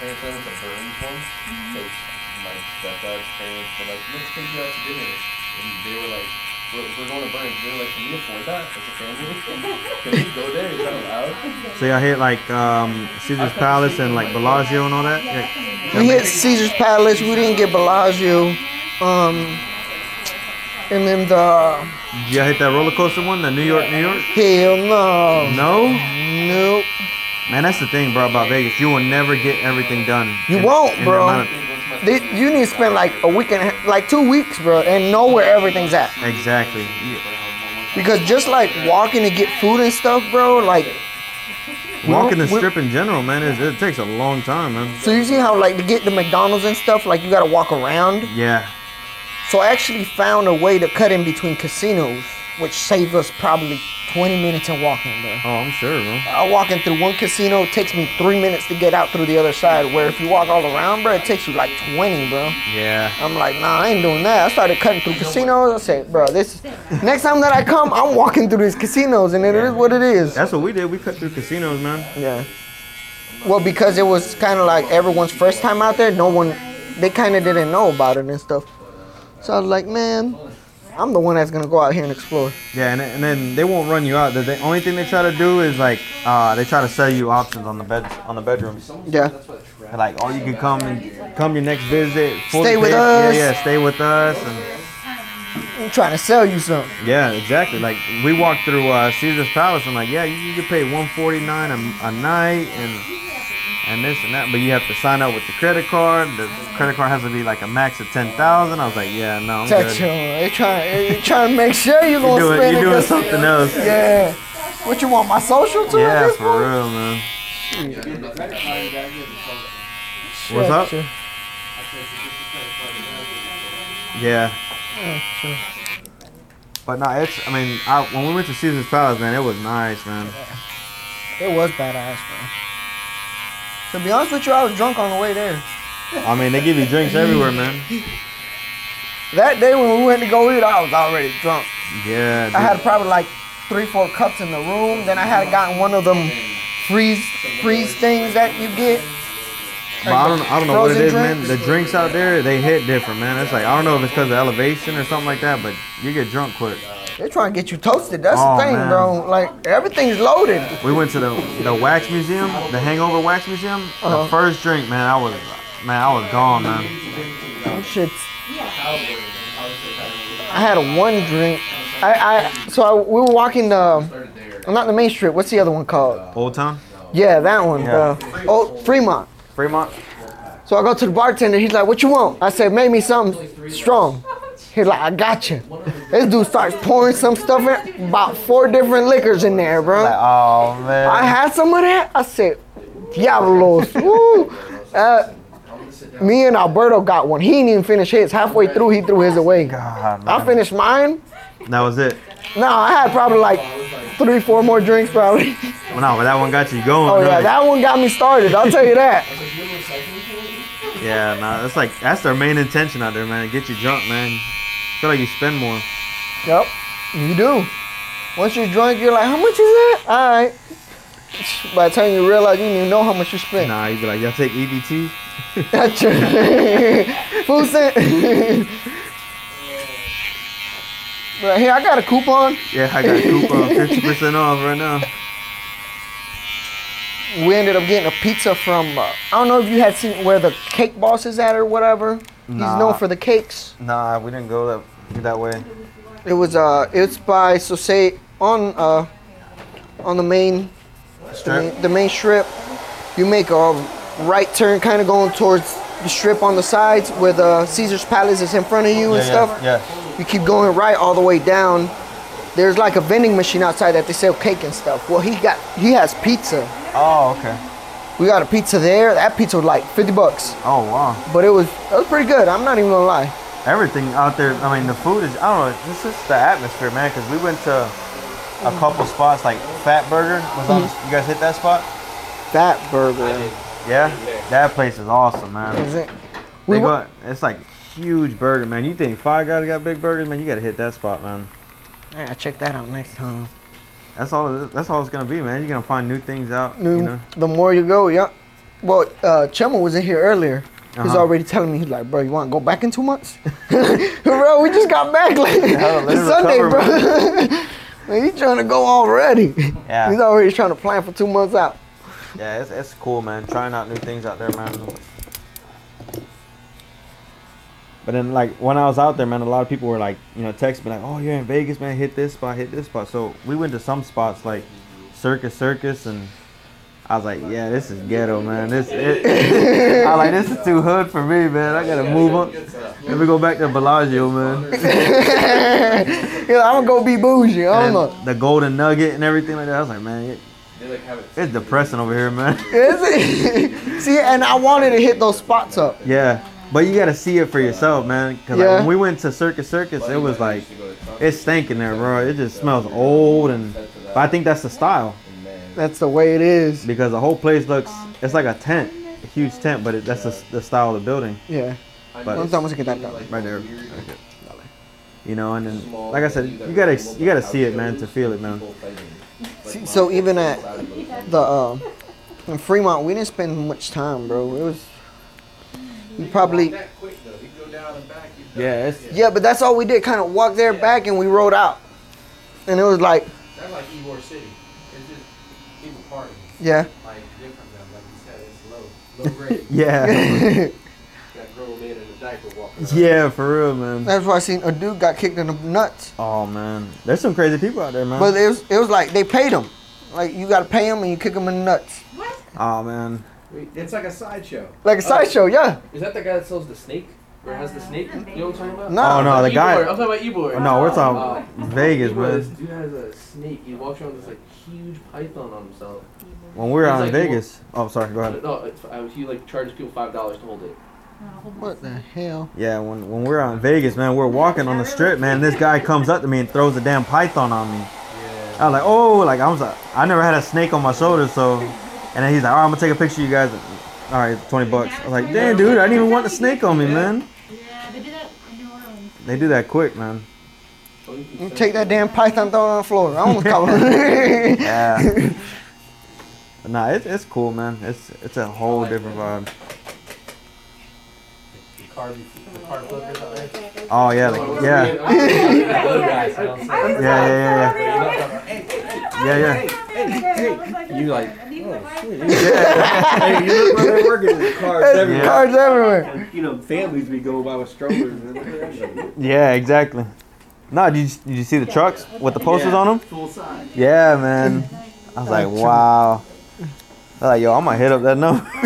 Speaker 9: parents went to Burns once. Like my stepdad's parents were like, let's take you out to dinner. And they were like, we're, we're going to Burns. They were like, can we afford that as a family? can we go there? Is that allowed?
Speaker 1: So y'all hit like um, Caesar's Palace and like Bellagio and all that. Yeah.
Speaker 3: we hit Caesar's Palace, we didn't get Bellagio. Um, and then the,
Speaker 1: Did y'all hit that roller coaster one, the New York, New York?
Speaker 3: hell no.
Speaker 1: No,
Speaker 3: Nope.
Speaker 1: man, that's the thing, bro, about Vegas. You will never get everything done.
Speaker 3: You
Speaker 1: in-
Speaker 3: won't,
Speaker 1: in the
Speaker 3: bro.
Speaker 1: amount of-
Speaker 3: Th- you need to spend like a week and a half, like two weeks, bro, and know where everything's at.
Speaker 1: exactly. You-
Speaker 3: Because just like walking to get food and stuff, bro, like
Speaker 1: Walking the
Speaker 3: we-
Speaker 1: strip in general, man, is, it takes a long time, man.
Speaker 3: so you see how like to get to McDonald's and stuff, like you gotta walk around.
Speaker 1: Yeah,
Speaker 3: So I actually found a way to cut in between casinos, which saved us probably 20 minutes in walking, bro.
Speaker 1: Oh, I'm sure, bro.
Speaker 3: I walk in through one casino, it takes me three minutes to get out through the other side. Where if you walk all around, bro, it takes you like 20, bro.
Speaker 1: Yeah.
Speaker 3: I'm like, nah, I ain't doing that. I started cutting through casinos. I said, bro, this next time that I come, I'm walking through these casinos, and it is what it is.
Speaker 1: That's what we did. We cut through casinos, man.
Speaker 3: Yeah. Well, because it was kind of like everyone's first time out there, no one, they kind of didn't know about it and stuff. So I was like, man, I'm the one that's gonna go out here and explore.
Speaker 1: Yeah, and, and then they won't run you out. The, the only thing they try to do is like uh, they try to sell you options on the bed on the bedrooms.
Speaker 3: Yeah.
Speaker 1: Like, oh, you can come and come your next visit. fully
Speaker 3: Stay with
Speaker 1: paid.
Speaker 3: us.
Speaker 1: Yeah, yeah, stay with us. And
Speaker 3: I'm trying to sell you something.
Speaker 1: yeah, exactly. Like we walked through uh, Caesar's Palace. I'm like, yeah, you, you can pay 149 a, a night and and this and that, but you have to sign up with the credit card. The credit card has to be like a max of 10,000. I was like, yeah, no, I'm
Speaker 3: Text you.
Speaker 1: good.
Speaker 3: They trying, they trying to make sure
Speaker 1: You're
Speaker 3: you're gonna
Speaker 1: doing,
Speaker 3: spend
Speaker 1: you're
Speaker 3: it.
Speaker 1: doing
Speaker 3: 'cause-
Speaker 1: something else.
Speaker 3: Yeah. What you want? My social too? at
Speaker 1: Yeah,
Speaker 3: this
Speaker 1: for
Speaker 3: point?
Speaker 1: real, man.
Speaker 3: Shit,
Speaker 1: What's up?
Speaker 3: shit.
Speaker 1: Yeah. But no, it's. I mean, I, when we went to Caesar's Palace, man, it was nice, man.
Speaker 3: It was badass, bro. To be honest with you, I was drunk on the way there.
Speaker 1: I mean, they give you drinks everywhere, man.
Speaker 3: That day when we went to go eat, I was already drunk.
Speaker 1: Yeah.
Speaker 3: I had
Speaker 1: dude.
Speaker 3: probably like three, four cups in the room. Then I had gotten one of them freeze freeze things that you get.
Speaker 1: But I don't. I don't know what it
Speaker 3: Frozen
Speaker 1: is, man.
Speaker 3: drinks?
Speaker 1: The drinks out there, they hit different, man. It's like I don't know if it's because of elevation or something like that, but you get drunk quick.
Speaker 3: They're trying to get you toasted. That's
Speaker 1: Oh,
Speaker 3: the thing,
Speaker 1: man.
Speaker 3: bro. Like everything's loaded.
Speaker 1: We went to the the wax museum, the Hangover Wax Museum.
Speaker 3: Uh-huh.
Speaker 1: The first drink, man, I was, man, I was gone, man.
Speaker 3: Oh, shit. I had a one drink. I, I so I, we were walking the, not the main strip. What's the other one called?
Speaker 1: Old Town,
Speaker 3: Yeah, that one,
Speaker 1: Yeah.
Speaker 3: bro. Oh, Fremont.
Speaker 1: Fremont.
Speaker 3: So I go to the bartender. He's like, "What you want?" I said, "Make me something strong." He's like, "I got you." This dude starts pouring some stuff in, about four different liquors in there,
Speaker 1: Like,
Speaker 3: bro.
Speaker 1: oh man.
Speaker 3: I had some of that. I said, "Diablos." Woo. Uh, me and Alberto got one. He didn't even finish his. Halfway through, he threw his away.
Speaker 1: God, man.
Speaker 3: I finished mine.
Speaker 1: That was it.
Speaker 3: No, I had probably like three, four more drinks, probably.
Speaker 1: Well, no, but that one got you going.
Speaker 3: Oh yeah,
Speaker 1: really.
Speaker 3: that one got me started. I'll tell you that.
Speaker 1: Yeah, nah, that's like that's their main intention out there, man. Get you drunk, man. feel like you spend more.
Speaker 3: Yep, you do. Once you're drunk, you're like, how much is that? All right. By the time you realize, you didn't even know how much you spent.
Speaker 1: Nah, you be like, y'all take E EBT?
Speaker 3: That's your food cent. But here, I got a coupon.
Speaker 1: Yeah, I got a coupon, fifty percent off right now.
Speaker 3: We ended up getting a pizza from, uh, I don't know if you had seen where the cake boss is at or whatever. He's known
Speaker 1: Nah.
Speaker 3: for the cakes.
Speaker 1: Nah, we didn't go that that way.
Speaker 3: It was, uh, it's by, so say, on, uh, on the main the main, the main strip. You make a right turn, kind of going towards the strip on the sides where the Caesar's Palace is in front of you and stuff.
Speaker 1: Yeah.
Speaker 3: You keep going right all the way down. There's like a vending machine outside that they sell cake and stuff. Well, he got he has pizza.
Speaker 1: Oh, okay.
Speaker 3: We got a pizza there. That pizza was like 50 bucks,
Speaker 1: Oh wow.
Speaker 3: but it was it was pretty good. I'm not even gonna lie.
Speaker 1: Everything out there. I mean, the food is. I don't know. This is the atmosphere, man. Cause we
Speaker 3: Mm-hmm.
Speaker 1: went to a couple spots like Fat Burger. Was on, you guys hit that spot?
Speaker 3: Fat Burger.
Speaker 1: Yeah, that place is awesome, man.
Speaker 3: Is it?
Speaker 1: They
Speaker 3: We wa-
Speaker 1: got- it's like huge burger, man. You think Five Guys got big burgers, man? You gotta hit that spot, man.
Speaker 3: I gotta check that out next time.
Speaker 1: That's all. it- That's all it's gonna be, man. You're gonna find new things out.
Speaker 3: New-
Speaker 1: You know.
Speaker 3: The more you go, yeah. Well, uh, Chemo was in here earlier. He's
Speaker 1: Uh-huh.
Speaker 3: already telling me, he's like, bro, you want to go back in two months? bro, we just got back like
Speaker 1: Yeah, let
Speaker 3: it's
Speaker 1: it
Speaker 3: Sunday,
Speaker 1: recover,
Speaker 3: bro. man, he's trying to go already. He's
Speaker 1: Yeah.
Speaker 3: already trying to plan for two months out.
Speaker 1: Yeah, it's, it's cool, man. Trying out new things out there, man. But then, like when I was out there, man, a lot of people were like, you know, text me like, "Oh, you're in Vegas, man. Hit this spot, hit this spot." So we went to some spots like Circus Circus, and I was like, "Yeah, this is ghetto, man. This, it, I like this is too hood for me, man. I gotta move on. Let me go back to Bellagio, man."
Speaker 3: Yeah, I'm gonna go be bougie. I don't
Speaker 1: And
Speaker 3: know.
Speaker 1: then the golden nugget and everything like that. I was like, man, it-
Speaker 9: They like have it.
Speaker 1: it's depressing over here, man.
Speaker 3: Is it? See, and I wanted to hit those spots up.
Speaker 1: yeah, but you gotta see it for yourself, man. Cause like,
Speaker 3: Yeah.
Speaker 1: when we went to Circus Circus, it was like it's stinking there, bro. It just smells old, and but I think that's the style
Speaker 3: That's the way it is.
Speaker 1: because the whole place looks it's like a tent, a huge tent, but it, that's the, the style of the building.
Speaker 3: Yeah.
Speaker 1: But-
Speaker 3: One time I was gonna get that done.
Speaker 1: Right there. Okay. You know, and then like I said, you gotta you gotta see it, man, to feel it, man.
Speaker 3: See, so even at the uh, in Fremont, we didn't spend much time, bro. It was we probably
Speaker 4: That quick though, you go down and back, you
Speaker 1: Yeah, it's,
Speaker 3: yeah, but that's all we did. Kind of walked there back, and we rode out, and it was like
Speaker 4: that's like Ybor City. It's just people partying,
Speaker 3: yeah,
Speaker 4: like different though, like you said, it's low, low grade.
Speaker 1: yeah,
Speaker 4: Got grown men in a diaper walking. around.
Speaker 1: yeah, for real, man.
Speaker 3: that's why I seen a dude got kicked in the nuts.
Speaker 1: Oh man, there's some crazy people out there, man.
Speaker 3: But it was it was like they paid him, like you gotta pay him and you kick him in the nuts,
Speaker 5: What?
Speaker 1: oh man,
Speaker 7: It's like a sideshow.
Speaker 3: like a sideshow. Yeah,
Speaker 8: Is that the guy that sells the snake? Or has the snake? You know what I'm talking about?
Speaker 3: no,
Speaker 1: Oh, no. the guy-
Speaker 8: Ebor. I'm talking about Ebor.
Speaker 1: no, we're talking Vegas,
Speaker 8: Ebor, this
Speaker 1: man.
Speaker 8: dude has a snake. He walks around with this like huge python on himself.
Speaker 1: When we were
Speaker 8: He's
Speaker 1: out in
Speaker 8: like,
Speaker 1: Vegas, oh sorry, go ahead.
Speaker 8: No, it's, I, he like charges people five dollars to hold it.
Speaker 3: what the hell?
Speaker 1: Yeah, when when we were out in Vegas, man, we we're walking on the strip, man. This guy comes up to me and throws a damn python on me. I was like, oh, like I was, like, I never had a snake on my shoulder, so. And then he's like, all right, I'm gonna take a picture of you guys. All right, twenty bucks. I was like, damn, dude, I didn't even want the snake on me, man.
Speaker 5: Yeah, they did that in New Orleans.
Speaker 1: They do that quick, man.
Speaker 3: You take that damn python throw it on the floor. I almost caught him.
Speaker 1: Yeah. But nah, it's it's cool, man. It's it's a whole different vibe.
Speaker 8: The car, the car flippers out there.
Speaker 1: Oh yeah, like, yeah. Yeah, yeah, yeah, yeah. Yeah, yeah.
Speaker 5: You like, oh,
Speaker 7: hey, you look where they're working. There's cars
Speaker 3: There's
Speaker 7: everywhere.
Speaker 3: Cars everywhere.
Speaker 7: And, You know, families be going by with strollers. and-
Speaker 1: Yeah, exactly. No, did you, did you see the trucks with the posters
Speaker 7: Yeah.
Speaker 1: on them?
Speaker 7: Full size.
Speaker 1: Yeah, man. I was like, wow. I was like, yo, I'm gonna hit up that number.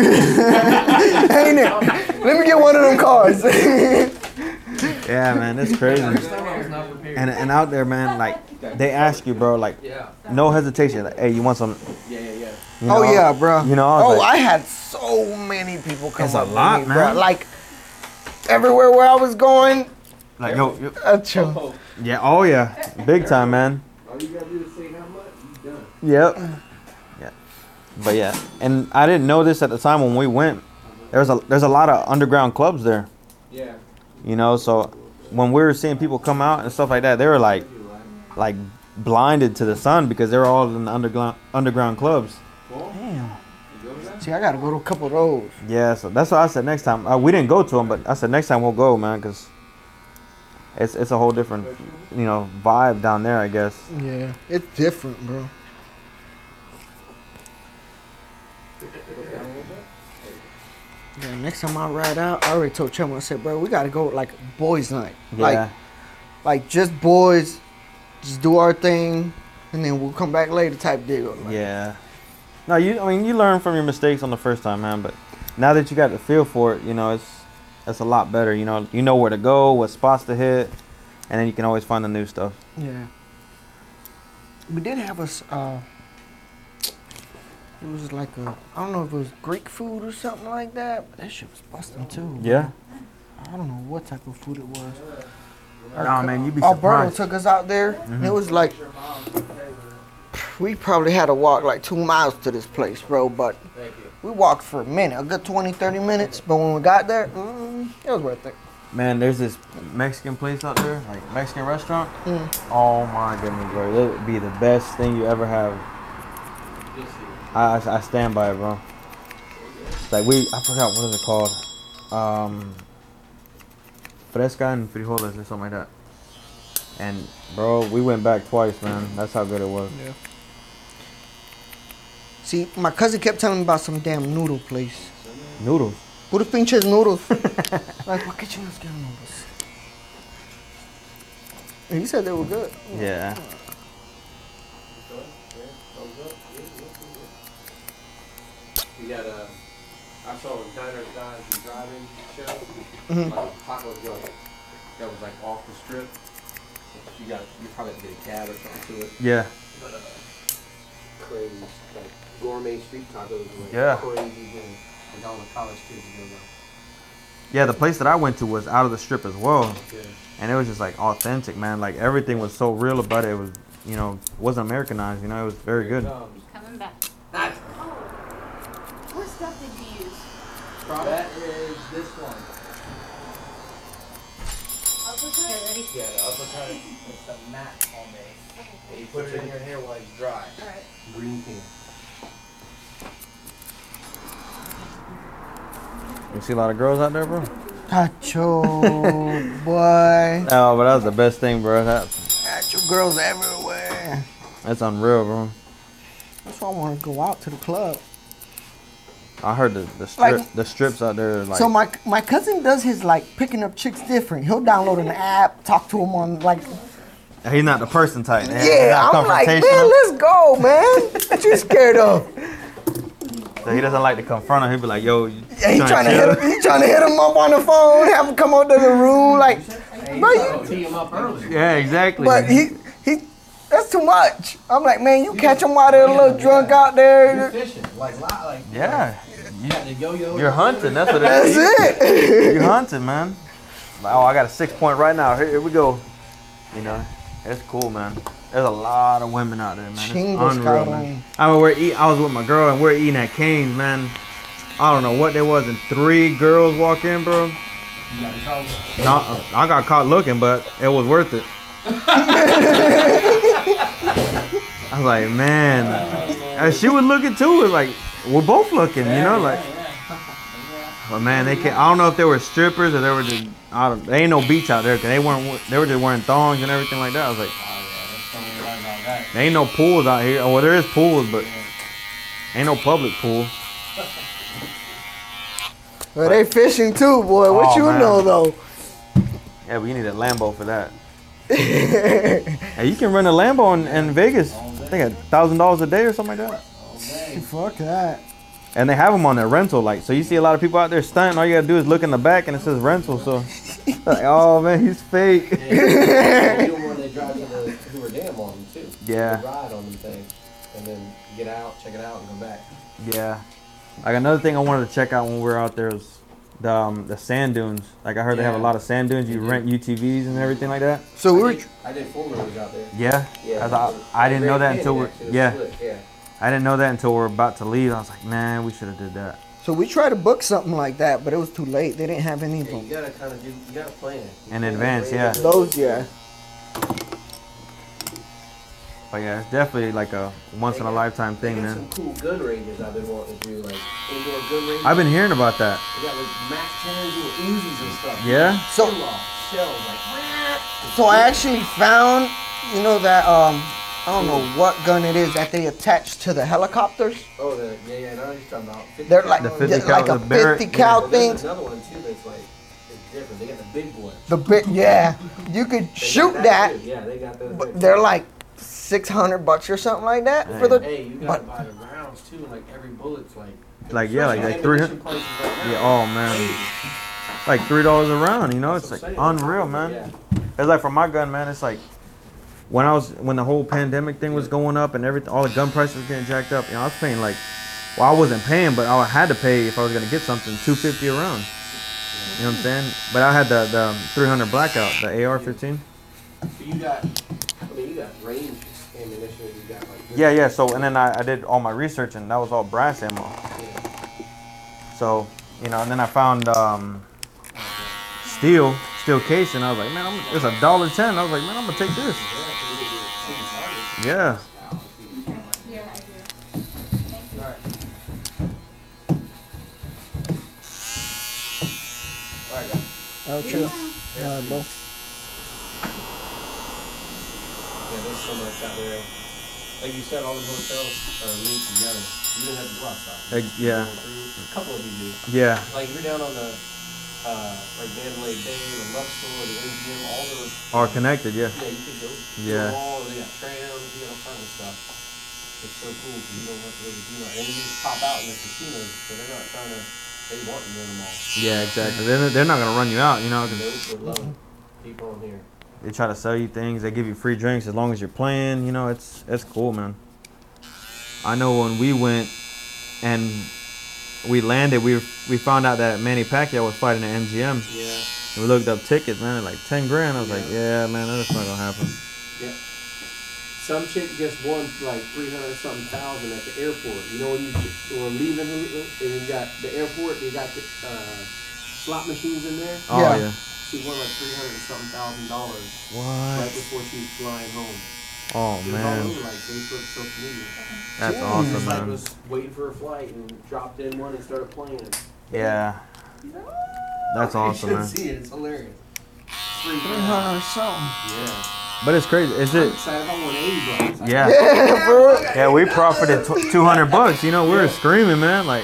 Speaker 3: Ain't it? Let me get one of them cars.
Speaker 1: yeah, man, that's crazy. And and out there, man, like they ask you, bro, like
Speaker 8: Yeah.
Speaker 1: no hesitation, like, hey, you want some?
Speaker 8: Yeah, yeah, yeah.
Speaker 1: You know,
Speaker 3: oh yeah, bro.
Speaker 1: You know, I was
Speaker 3: Oh,
Speaker 1: like,
Speaker 3: I had so many people come
Speaker 1: It's a
Speaker 3: up
Speaker 1: lot,
Speaker 3: to me, bro.
Speaker 1: man.
Speaker 3: Like everywhere where I was going,
Speaker 1: like yo, yo,
Speaker 3: a chill.
Speaker 1: yeah, oh yeah, big time, man.
Speaker 7: All you gotta do is say how much, you done.
Speaker 1: Yep. Yeah. But yeah, and I didn't know this at the time when we went. There's a there's a lot of underground clubs there.
Speaker 7: Yeah.
Speaker 1: You know, so when we were seeing people come out and stuff like that, they were like, like blinded to the sun because they were all in the underground underground clubs.
Speaker 3: Damn. See, I gotta go to a couple of those.
Speaker 1: Yeah, so that's why I said next time. Uh, we didn't go to them, but I said next time we'll go, man, because it's it's a whole different, you know, vibe down there, I guess.
Speaker 3: Yeah, it's different, bro. Yeah, next time I ride out, I already told Chum, I said, bro, we gotta go like boys' night.
Speaker 1: Yeah,
Speaker 3: Like, like just boys, just do our thing, and then we'll come back later type deal. Like,
Speaker 1: yeah. No, you. I mean, you learn from your mistakes on the first time, man. But now that you got the feel for it, you know, it's it's a lot better. You know, you know where to go, what spots to hit, and then you can always find the new stuff.
Speaker 3: Yeah. We did have us. Uh, it was like a I don't know if it was Greek food or something like that, but that shit was busting too.
Speaker 1: Yeah.
Speaker 3: I don't know what type of food it was.
Speaker 1: Nah, man, you'd be
Speaker 3: Alberto
Speaker 1: surprised. Mm-hmm.
Speaker 3: took us out there. And it was like we probably had to walk like two miles to this place, bro. But
Speaker 7: Thank you.
Speaker 3: we walked for a minute, a good 20, 30 minutes. But when we got there, mm, it was worth it.
Speaker 1: Man, there's this Mexican place out there, like Mexican restaurant.
Speaker 3: Mm.
Speaker 1: Oh my goodness, bro, that would be the best thing you ever have.
Speaker 7: You'll see.
Speaker 1: I, I, I stand by it, bro. It's Like we, I forgot what is it called? Um, fresca and frijoles or something like that. And bro, we went back twice, man. That's how good it was.
Speaker 3: Yeah. See, my cousin kept telling me about some damn noodle place.
Speaker 1: Noodles.
Speaker 3: Puro pinches noodles. like, what kitchen was getting noodles? And he said they were good.
Speaker 1: Yeah.
Speaker 7: We got a. I saw a diner dive and driving show,
Speaker 3: Mhm.
Speaker 7: like a taco joint that was like off the strip. You got you probably have to get a cab or something to it.
Speaker 1: Yeah.
Speaker 7: But uh, crazy like gourmet street tacos were
Speaker 1: Yeah.
Speaker 7: crazy good. And all the college kids would go down.
Speaker 1: Yeah. The place that I went to was out of the strip as well,
Speaker 7: Yeah.
Speaker 1: and it was just like authentic, man. Like everything was so real about it. It was, you know, wasn't Americanized. You know, it was very good.
Speaker 7: Um,
Speaker 5: Coming back.
Speaker 7: Nice.
Speaker 5: Oh. What stuff did you use?
Speaker 7: that is this one.
Speaker 5: Uppercut?
Speaker 8: Yeah, the uppercut is the mat on base.
Speaker 7: And you put it in your hair while it's dry.
Speaker 5: Alright.
Speaker 7: Green tea.
Speaker 1: You see a lot of girls out there, bro.
Speaker 3: Tacho, boy.
Speaker 1: No, Oh, but that was the best thing, bro. That,
Speaker 3: Tacho girls everywhere.
Speaker 1: that's unreal, bro.
Speaker 3: That's why I want to go out to the club.
Speaker 1: I heard the, the strip,
Speaker 3: Like-
Speaker 1: the strips out there. Like,
Speaker 3: so my my cousin does his like picking up chicks different. He'll download an app, talk to him on like
Speaker 1: he's not the person type.
Speaker 3: yeah. I'm like man,
Speaker 1: confrontational.
Speaker 3: let's go, man. what you scared of?
Speaker 1: So he doesn't like to confront her. He'd be like, "Yo, you
Speaker 3: Yeah, he trying to
Speaker 1: chill?"
Speaker 3: hit him. He trying to hit him up on the phone. Have him come out to the room like, bro, you,
Speaker 7: Tee 'em up early.
Speaker 1: Yeah, exactly.
Speaker 3: but he he. That's too much. I'm like, man, you catch him while they're a little drunk out
Speaker 7: You're
Speaker 3: there.
Speaker 7: fishing. Like, li- like,
Speaker 1: yeah,
Speaker 7: you got the yo-yo.
Speaker 1: you're hunting. That's what it
Speaker 3: That's
Speaker 1: is.
Speaker 3: it.
Speaker 1: You're hunting, man. Like, oh, I got a six point right now. Here, here we go. You know, it's cool, man. There's a lot of women out there, man. It's
Speaker 3: Chingos,
Speaker 1: unreal,
Speaker 3: cabrón.
Speaker 1: man. I mean, we're eat, I was with my girl and we're eating at Cane's, man. I don't know what there was, and three girls walk in, bro. No, I got caught looking, but it was worth it. I was like, man, and she was looking too. It's like we're both looking, you know, like. But man, they can not I don't know if they were strippers or they were just. I don't. They ain't no beach out there because they weren't. we- They were just wearing thongs and everything like that. I was like, there ain't no pools out here. Oh, well, there is pools, but ain't no public pool.
Speaker 3: But they fishing too, boy. What
Speaker 1: Oh,
Speaker 3: you
Speaker 1: man.
Speaker 3: know though?
Speaker 1: Yeah, but you need a Lambo for that. Hey, you can rent a Lambo in, in Vegas. I think a thousand dollars a day or something like that.
Speaker 3: Fuck that.
Speaker 1: And they have them on their rental, like so. You see a lot of people out there stunting. All you gotta do is look in the back, and it says rental. So, like, oh man, he's fake.
Speaker 7: you don't want to drive to the Hoover Dam on them, too.
Speaker 1: Yeah.
Speaker 7: They Ride on them things. And then get out, check it out, and come back.
Speaker 1: Yeah. Like another thing I wanted to check out when we were out there was the um, the sand dunes. Like I heard they have a
Speaker 7: Yeah.
Speaker 1: lot of sand dunes. You
Speaker 7: They do.
Speaker 1: rent UTVs and everything like that.
Speaker 3: So we
Speaker 7: I
Speaker 3: were
Speaker 7: did, I did four wheelers out there.
Speaker 1: Yeah.
Speaker 7: Yeah.
Speaker 1: As I, I didn't know that until we yeah
Speaker 7: yeah.
Speaker 1: I didn't know that until we are about to leave. I was like, man, we should have did that.
Speaker 3: so we tried to book something like that, but it was too late. They didn't have any of
Speaker 7: Yeah, you
Speaker 3: them.
Speaker 7: gotta kind of do, you gotta plan it.
Speaker 1: In advance, yeah.
Speaker 3: Those, yeah.
Speaker 1: But yeah, it's definitely like a once in a lifetime
Speaker 7: They
Speaker 1: thing,
Speaker 7: got
Speaker 1: man.
Speaker 7: some cool gun ranges I've been wanting to do, like indoor gun ranges.
Speaker 1: I've been hearing about that.
Speaker 7: They got like Mac 10s with Uzis and stuff.
Speaker 1: Yeah.
Speaker 3: So-
Speaker 7: Shell off, shells, like,
Speaker 3: So I actually found, you know that um, I don't know what gun it is that they attach to the helicopters.
Speaker 7: oh, the, yeah, yeah, now he's talking about. 50
Speaker 3: They're like
Speaker 1: The
Speaker 7: caliber.
Speaker 1: 50
Speaker 3: they're like
Speaker 1: cal,
Speaker 3: a
Speaker 1: the Barrett,
Speaker 3: fifty
Speaker 7: Yeah,
Speaker 3: cal
Speaker 7: but there's
Speaker 3: things.
Speaker 7: another one too that's like, it's different. They got the big one.
Speaker 3: The big yeah, you could
Speaker 7: They got
Speaker 3: shoot that,
Speaker 7: too. Yeah, they got those.
Speaker 3: but
Speaker 7: too.
Speaker 3: they're like six hundred bucks or something like that for the.
Speaker 7: Hey, you gotta
Speaker 3: But
Speaker 7: buy the rounds too. Like every bullet's like.
Speaker 1: Like yeah, like like three hundred. Yeah.
Speaker 7: Yeah.
Speaker 1: Oh man. Like three dollars a round. You know, it's like unreal, man. It's like for my gun, man. It's like when I was when the whole pandemic thing was going up and everything, all the gun prices was getting jacked up. You know, I was paying like, well, I wasn't paying, but I had to pay if I was gonna get something, two fifty around. You know what I'm saying? But I had the the three hundred blackout, the AR-15.
Speaker 7: So you got, I mean, you got range ammunition. You got like
Speaker 1: Yeah, yeah. So and then I, I did all my research and that was all brass ammo. So you know, and then I found um, steel steel case and I was like, man, I'm, it's a dollar ten. I was like, man, I'm gonna take this. Yeah.
Speaker 5: Yeah, right here.
Speaker 3: Oh, true. Uh, bro.
Speaker 9: Yeah, there's so much out there. Like you said, all the hotels are linked together. You didn't have to go outside.
Speaker 1: Like, yeah.
Speaker 9: A couple of you do.
Speaker 1: Yeah.
Speaker 9: Like you're down on the uh, like Mandalay Bay, the Love Store, the MGM, all those.
Speaker 1: Are connected. Yeah.
Speaker 9: Yeah, you could go.
Speaker 1: Yeah.
Speaker 9: Go all they got trams, you got all kinds of stuff. It's so cool 'cause you don't have to really do much. And you just pop out in the casinos, so they're not trying to. They want you in them all.
Speaker 1: Yeah. Exactly. They're, they're not gonna run you out. You know, 'cause
Speaker 9: Those would love it. People on here.
Speaker 1: they try to sell you things. They give you free drinks as long as you're playing. You know, it's it's cool, man. I know when we went and we landed, we we found out that Manny Pacquiao was fighting at MGM.
Speaker 9: Yeah.
Speaker 1: And we looked up tickets, man, like ten grand. I was like, yeah, man, that's not gonna happen.
Speaker 2: Some chick just won like three hundred something thousand at the airport. You know when you ju- were leaving and you got the airport, you got the uh, slot machines in there.
Speaker 1: Oh
Speaker 3: Yeah.
Speaker 1: yeah.
Speaker 2: She won like three hundred something thousand dollars right
Speaker 1: What?
Speaker 2: before she was flying home.
Speaker 1: Oh
Speaker 2: It was all
Speaker 1: man,
Speaker 2: over like Facebook, social media.
Speaker 1: that's
Speaker 2: She
Speaker 1: awesome,
Speaker 2: just like
Speaker 1: man.
Speaker 2: was waiting for a flight and dropped in one and started playing.
Speaker 1: Yeah. That's awesome,
Speaker 9: You should
Speaker 1: man.
Speaker 9: see it. It's hilarious.
Speaker 2: Free.
Speaker 3: Three hundred something.
Speaker 9: Yeah.
Speaker 1: But it's crazy. Is it?
Speaker 2: Excited, I won eighty bucks.
Speaker 1: Yeah.
Speaker 3: Yeah, bro.
Speaker 1: Yeah, we profited tw- 200 bucks. You know, we were screaming, man. Like,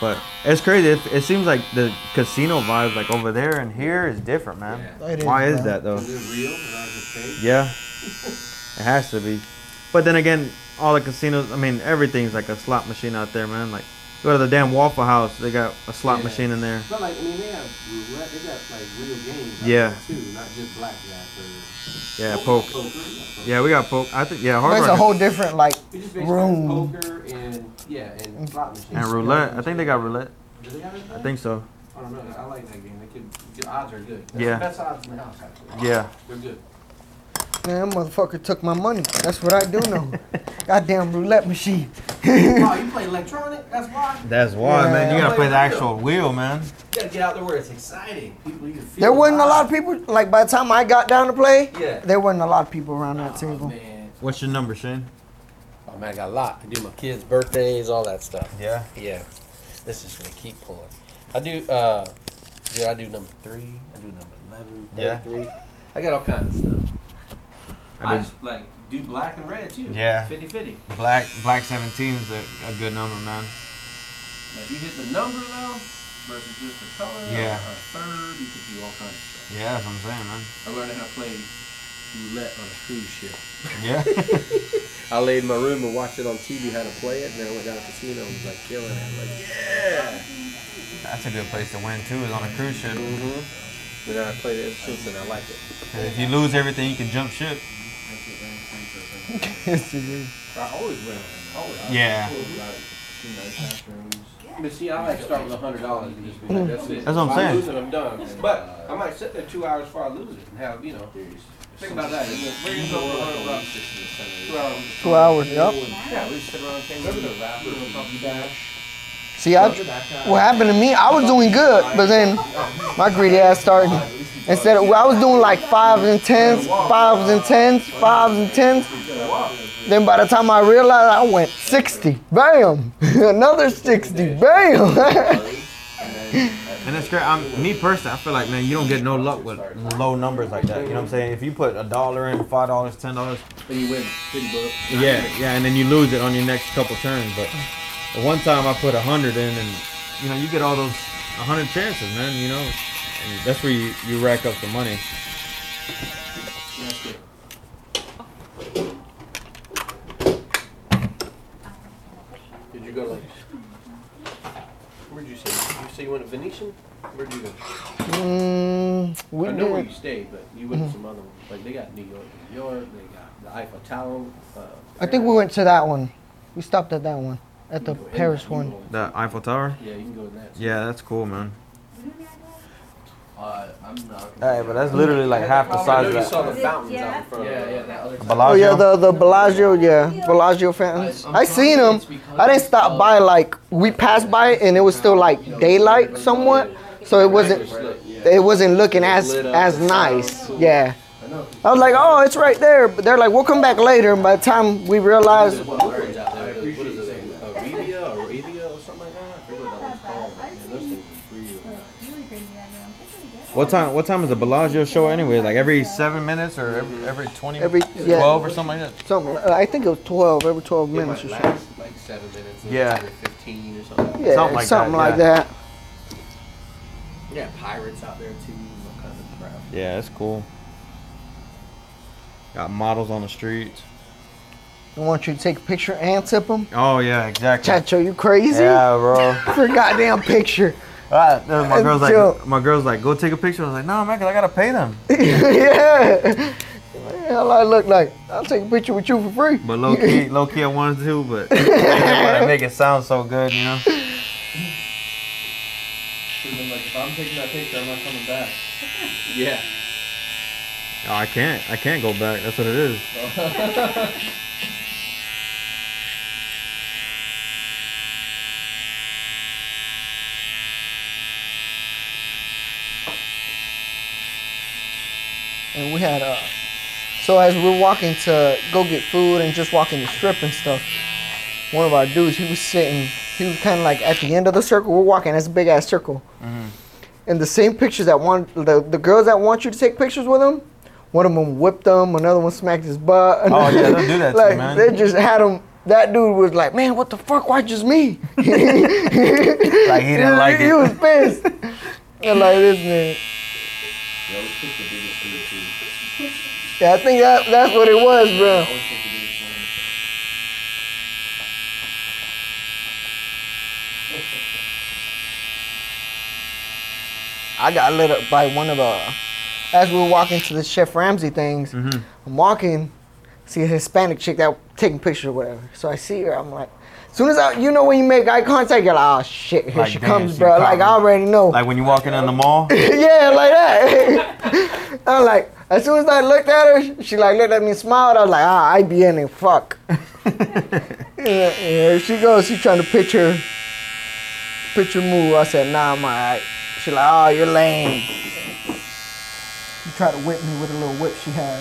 Speaker 1: but it's crazy. It, it seems like the casino vibes, like over there and here, is different, man.
Speaker 3: It
Speaker 1: Why
Speaker 3: bro.
Speaker 1: is that though?
Speaker 9: Is it real? Is that a fake?
Speaker 1: Yeah, it has to be. But then again, all the casinos. I mean, everything's like a slot machine out there, man. Like, go to the damn Waffle House. They got a slot
Speaker 2: Yeah.
Speaker 1: machine in there.
Speaker 2: But like, I mean, they have roulette. They got like real games. out
Speaker 1: Yeah.
Speaker 2: there, too, not just blackjack or
Speaker 1: Yeah, poke.
Speaker 2: poker.
Speaker 1: Yeah, we got poke. I think yeah, hard
Speaker 3: That's a
Speaker 1: rock
Speaker 3: whole different like.
Speaker 2: We just basically
Speaker 3: Room.
Speaker 2: poker and yeah, and slot machines.
Speaker 1: and roulette. I think they got roulette.
Speaker 2: Do they have anything?
Speaker 1: I think so.
Speaker 2: I don't know. I like that game. They could. The odds are good. That's
Speaker 1: Yeah.
Speaker 2: The best odds in the house. Actually.
Speaker 1: Yeah.
Speaker 2: They're good.
Speaker 3: Man, that motherfucker took my money. That's what I do know. Goddamn roulette machine.
Speaker 2: oh, you play electronic? That's why.
Speaker 1: That's why,
Speaker 3: Yeah.
Speaker 1: man. You gotta play the actual wheel, man.
Speaker 2: You gotta get out there where it's exciting. People, you can feel.
Speaker 3: There wasn't
Speaker 2: the
Speaker 3: a lot of people. Like by the time I got down to play,
Speaker 2: vibe. Yeah.
Speaker 3: there wasn't a lot of people around that
Speaker 2: Oh,
Speaker 3: table.
Speaker 2: man.
Speaker 1: What's your number, Shane?
Speaker 2: Oh man, I got a lot. I do my kids' birthdays, all that stuff.
Speaker 1: Yeah.
Speaker 2: Yeah, this is gonna keep pulling. I do, uh, yeah, I do number three. I do number eleven.
Speaker 1: Yeah.
Speaker 2: Three. I got all kinds of stuff.
Speaker 1: I
Speaker 2: I,
Speaker 1: mean-
Speaker 2: just like do black and red too.
Speaker 1: Yeah.
Speaker 2: 50 50.
Speaker 1: Black Black 17 is a, a good number, man.
Speaker 2: If you hit the number though, versus just the color,
Speaker 1: Yeah.
Speaker 2: or a third, you could do all kinds of stuff.
Speaker 1: Yeah, that's what I'm saying, man.
Speaker 2: I learned how to play roulette on a cruise ship.
Speaker 1: Yeah.
Speaker 2: I laid in my room and watched it on TV how to play it, and then I went down to the casino and was like killing it. Like,
Speaker 1: that's a good place to win too, is on a cruise ship.
Speaker 2: mm-hmm. And I played it ever since, and I like it.
Speaker 1: If you lose everything, you can jump ship.
Speaker 9: I always win. Always.
Speaker 1: Yeah.
Speaker 9: Two nice bathrooms.
Speaker 2: But see, I like start with a hundred dollars and just be like, that's it.
Speaker 1: That's what I'm
Speaker 2: If I
Speaker 1: saying.
Speaker 2: lose it, I'm done. But I might sit there two hours before I lose it and have, you know, think about that. um, You know, where you go for a hundred bucks? Two hours.
Speaker 3: Two hours. Yep.
Speaker 2: Yeah, we just sit around and remember the rapper and talking back.
Speaker 3: See, I, what happened to me, I was doing good, but then my greedy ass started. Instead of, I was doing like fives and tens, fives and tens, fives and tens. Then by the time I realized, I went 60, bam, another 60, bam.
Speaker 1: And it's great. I'm me personally. I feel like man, you don't get no luck with low numbers like that. You know what I'm saying? If you put a dollar in, five dollars, ten dollars.
Speaker 2: And you win big bucks.
Speaker 1: Yeah, yeah, and then you lose it on your next couple turns. But the one time I put a hundred in, and you know you get all those a hundred chances, man. You know, and that's where you you rack up the money.
Speaker 2: That's it. Did you go like? Where'd you say? You say you went to Venetian? Where'd you go?
Speaker 3: Mm, we
Speaker 2: I know where
Speaker 3: did.
Speaker 2: you stayed, but you went to some other ones. Like they got New York, New York. They got the Eiffel Tower. Uh,
Speaker 3: I think we went to that one. We stopped at that one, at the Paris one.
Speaker 1: The Eiffel Tower.
Speaker 2: Yeah, you can go in that.
Speaker 1: Yeah, that's cool, man.
Speaker 8: Uh, I'm not. gonna-
Speaker 1: Hey, but that's literally like half the
Speaker 4: I
Speaker 1: size
Speaker 4: know
Speaker 1: of
Speaker 4: you
Speaker 1: that.
Speaker 4: saw the fountains out
Speaker 5: Yeah.
Speaker 4: in front of
Speaker 8: Yeah,
Speaker 4: it.
Speaker 8: yeah, that other.
Speaker 1: Bellagio.
Speaker 3: Oh yeah, the the Bellagio, yeah, Bellagio fountains.
Speaker 8: I'm
Speaker 3: I
Speaker 8: telling
Speaker 3: seen
Speaker 8: you,
Speaker 3: them.
Speaker 8: it's because
Speaker 3: I didn't stop
Speaker 8: of-
Speaker 3: by like we passed by it and it was still like daylight somewhat, so it wasn't it wasn't looking as as nice. Yeah. I was like, oh, it's right there. But they're like, we'll come back later. And by the time we realized,
Speaker 4: I appreciate you saying that. Arabia, Arabia or something like that? I forget what that was called. Man, those things were real.
Speaker 5: You were crazy that day. I'm pretty good.
Speaker 1: What time? What time is the Bellagio show anyway? Like every seven minutes or every, every twenty?
Speaker 3: Every- yeah.
Speaker 1: twelve or something like that.
Speaker 3: something. uh, I think it was twelve every twelve
Speaker 4: It
Speaker 3: minutes
Speaker 4: might
Speaker 3: or something.
Speaker 4: last like seven minutes. and
Speaker 1: Yeah.
Speaker 4: it's like Fifteen or something.
Speaker 3: Yeah,
Speaker 1: Something
Speaker 3: something
Speaker 1: like
Speaker 3: like,
Speaker 1: that,
Speaker 3: that.
Speaker 8: Yeah, pirates out there too. What kind of crap?
Speaker 1: Yeah, it's cool. Got models on the streets.
Speaker 3: I want you to take a picture and tip them.
Speaker 1: Oh yeah, exactly.
Speaker 3: Chacho, you crazy?
Speaker 1: Yeah, bro.
Speaker 3: For a goddamn picture.
Speaker 1: Ah, then my
Speaker 3: And
Speaker 1: girl's
Speaker 3: Joe-
Speaker 1: like, my girl's like, go take a picture. I was like, no, man, 'cause I gotta pay them.
Speaker 3: yeah. Hell, I look like I'll take a picture with you for free.
Speaker 1: But low key, low key, I wanted to, but I didn't wanna make it sound so good, you know.
Speaker 7: Should've been like, if I'm taking that picture, I'm not coming back.
Speaker 4: Yeah.
Speaker 1: Oh, I can't, I can't go back. That's what it is.
Speaker 3: and we had uh so as we're walking to go get food and just walking the strip and stuff one of our dudes he was sitting he was kind of like at the end of the circle we're walking that's a big ass circle
Speaker 1: Mm-hmm.
Speaker 3: and the same pictures that want the, the girls that want you to take pictures with them one of them whipped him another one smacked his butt
Speaker 1: Oh, yeah, they'll do that to you,
Speaker 3: like
Speaker 1: man.
Speaker 3: they just had him that dude was like, man, what the fuck? Why just me? like he
Speaker 1: didn't like
Speaker 3: He
Speaker 1: it.
Speaker 3: was pissed. and like this man.
Speaker 7: Yeah, let's pick the biggest food too.
Speaker 3: Yeah, I think that that's what it was, bro.
Speaker 7: Always pick the biggest one.
Speaker 3: I got lit up by one of uh as we were walking to the Chef Ramsey things,
Speaker 1: Mhm.
Speaker 3: I'm walking, see a Hispanic chick that taking pictures or whatever. So I see her, I'm like, as soon as I you know when you make eye contact, you're like, oh shit, here
Speaker 1: Like,
Speaker 3: she
Speaker 1: damn,
Speaker 3: comes,
Speaker 1: she
Speaker 3: bro.
Speaker 1: caught
Speaker 3: Like
Speaker 1: me.
Speaker 3: I already know.
Speaker 1: Like when you walking in the mall.
Speaker 3: yeah, like that. I'm like, as soon as I looked at her, she like looked at me and smiled. I was like, ah, I be in it, fuck. yeah, yeah, she goes, she trying to picture, picture move. I said, nah, I'm alright. She like, oh, you're lame. She tried to whip me with a little whip she had.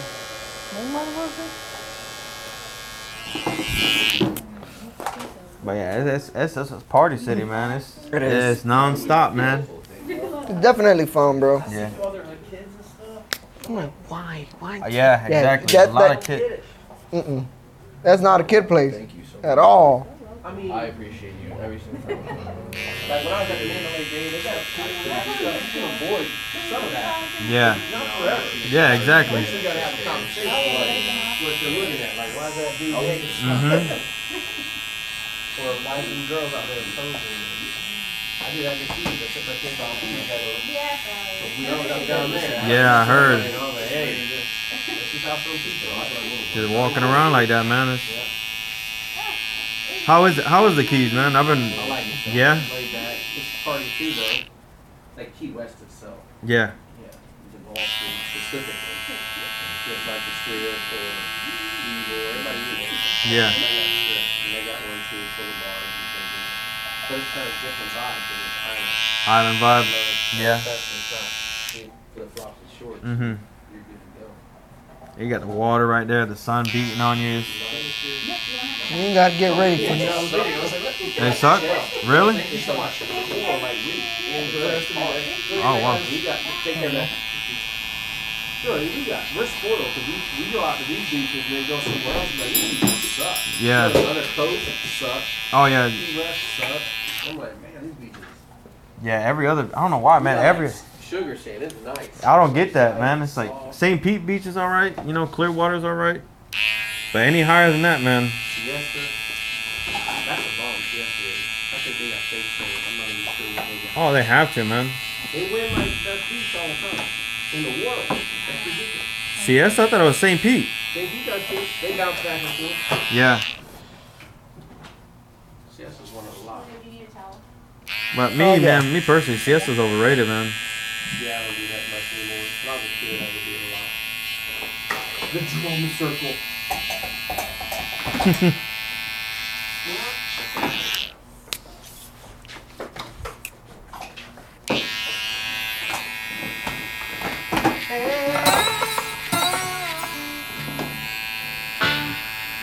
Speaker 1: But yeah, it's it's, it's, it's party city, man. It's
Speaker 3: It is.
Speaker 1: it's nonstop, man.
Speaker 3: It's definitely fun, bro.
Speaker 1: Yeah, Uh,
Speaker 3: I'm like, why, why?
Speaker 1: yeah, exactly.
Speaker 3: that-
Speaker 1: a lot
Speaker 3: that-
Speaker 1: of kids.
Speaker 3: Mm-mm. That's not a kid place
Speaker 8: Thank you so much.
Speaker 3: at all.
Speaker 2: I mean,
Speaker 8: I appreciate you every single time.
Speaker 2: like when I was at the Mandalay Bay, they got a pool and that stuff. You can avoid some of that.
Speaker 1: Yeah,
Speaker 2: Not forever.
Speaker 1: yeah, exactly.
Speaker 2: You gotta have a conversation. Like, what you're looking at. Like, why is that dude naked?
Speaker 1: Mhm.
Speaker 2: Or why is some girls out there posing? I do that confused. I took my kids off and I had a
Speaker 5: Yeah,
Speaker 2: We all got down there.
Speaker 1: Yeah, I heard.
Speaker 2: And I was like, hey, this is how some people are.
Speaker 1: Just walking around like that, man. It's, how is it? How is the keys, man? I've been.
Speaker 2: I like it.
Speaker 1: Yeah,
Speaker 2: Laid back. It's party too, though. Like Key West itself.
Speaker 1: yeah.
Speaker 2: Yeah. The Wall Street specifically. Just like the Strip or Evil. Everybody knew it.
Speaker 1: Yeah.
Speaker 2: Everybody got Strip. And they got one, two, full of bars and things. like that. But it's kind of different vibe to this island.
Speaker 1: Island vibe.
Speaker 2: Love,
Speaker 1: yeah.
Speaker 2: Especially if not big flip-flops and shorts.
Speaker 1: Mhm.
Speaker 2: You're good to go.
Speaker 1: You got the water right there, the sun beating on you.
Speaker 3: You ain't gotta get ready for
Speaker 2: Yeah, I
Speaker 3: this.
Speaker 2: was thinking, I was like, what the
Speaker 1: They suck. Really?
Speaker 2: It's so much more like we interested
Speaker 1: Oh, wow.
Speaker 2: You got take care of that. Sure, you got we're spoiled because we, we go out to these beaches and they go somewhere else, but these beaches suck.
Speaker 1: Yeah.
Speaker 2: The other coast suck.
Speaker 1: Oh yeah,
Speaker 2: Key West suck. I'm like, man, these beaches.
Speaker 1: yeah. Every other. I don't know why, man. Every.
Speaker 2: Sugar sand is nice.
Speaker 1: I don't get that, man. It's like St. Pete Beach is all right. You know, Clearwater's all right. But any higher than that, man.
Speaker 2: Siesta. That's a bomb. Siesta. is. I think they got fake sand. I'm not even sure what they got.
Speaker 1: Oh, they have to, man.
Speaker 2: They win like that piece all the time in the world. That's ridiculous.
Speaker 1: Siesta? I thought it was St. Pete.
Speaker 2: They do that too. They bounce back and forth.
Speaker 1: Yeah,
Speaker 2: Siesta's one of the lot.
Speaker 5: you need a towel.
Speaker 1: but me,
Speaker 3: Oh, yeah.
Speaker 1: man, me personally, Siesta's overrated, man.
Speaker 2: Yeah, I don't do that much anymore. When I was a kid, I would do it a lot. The drum circle.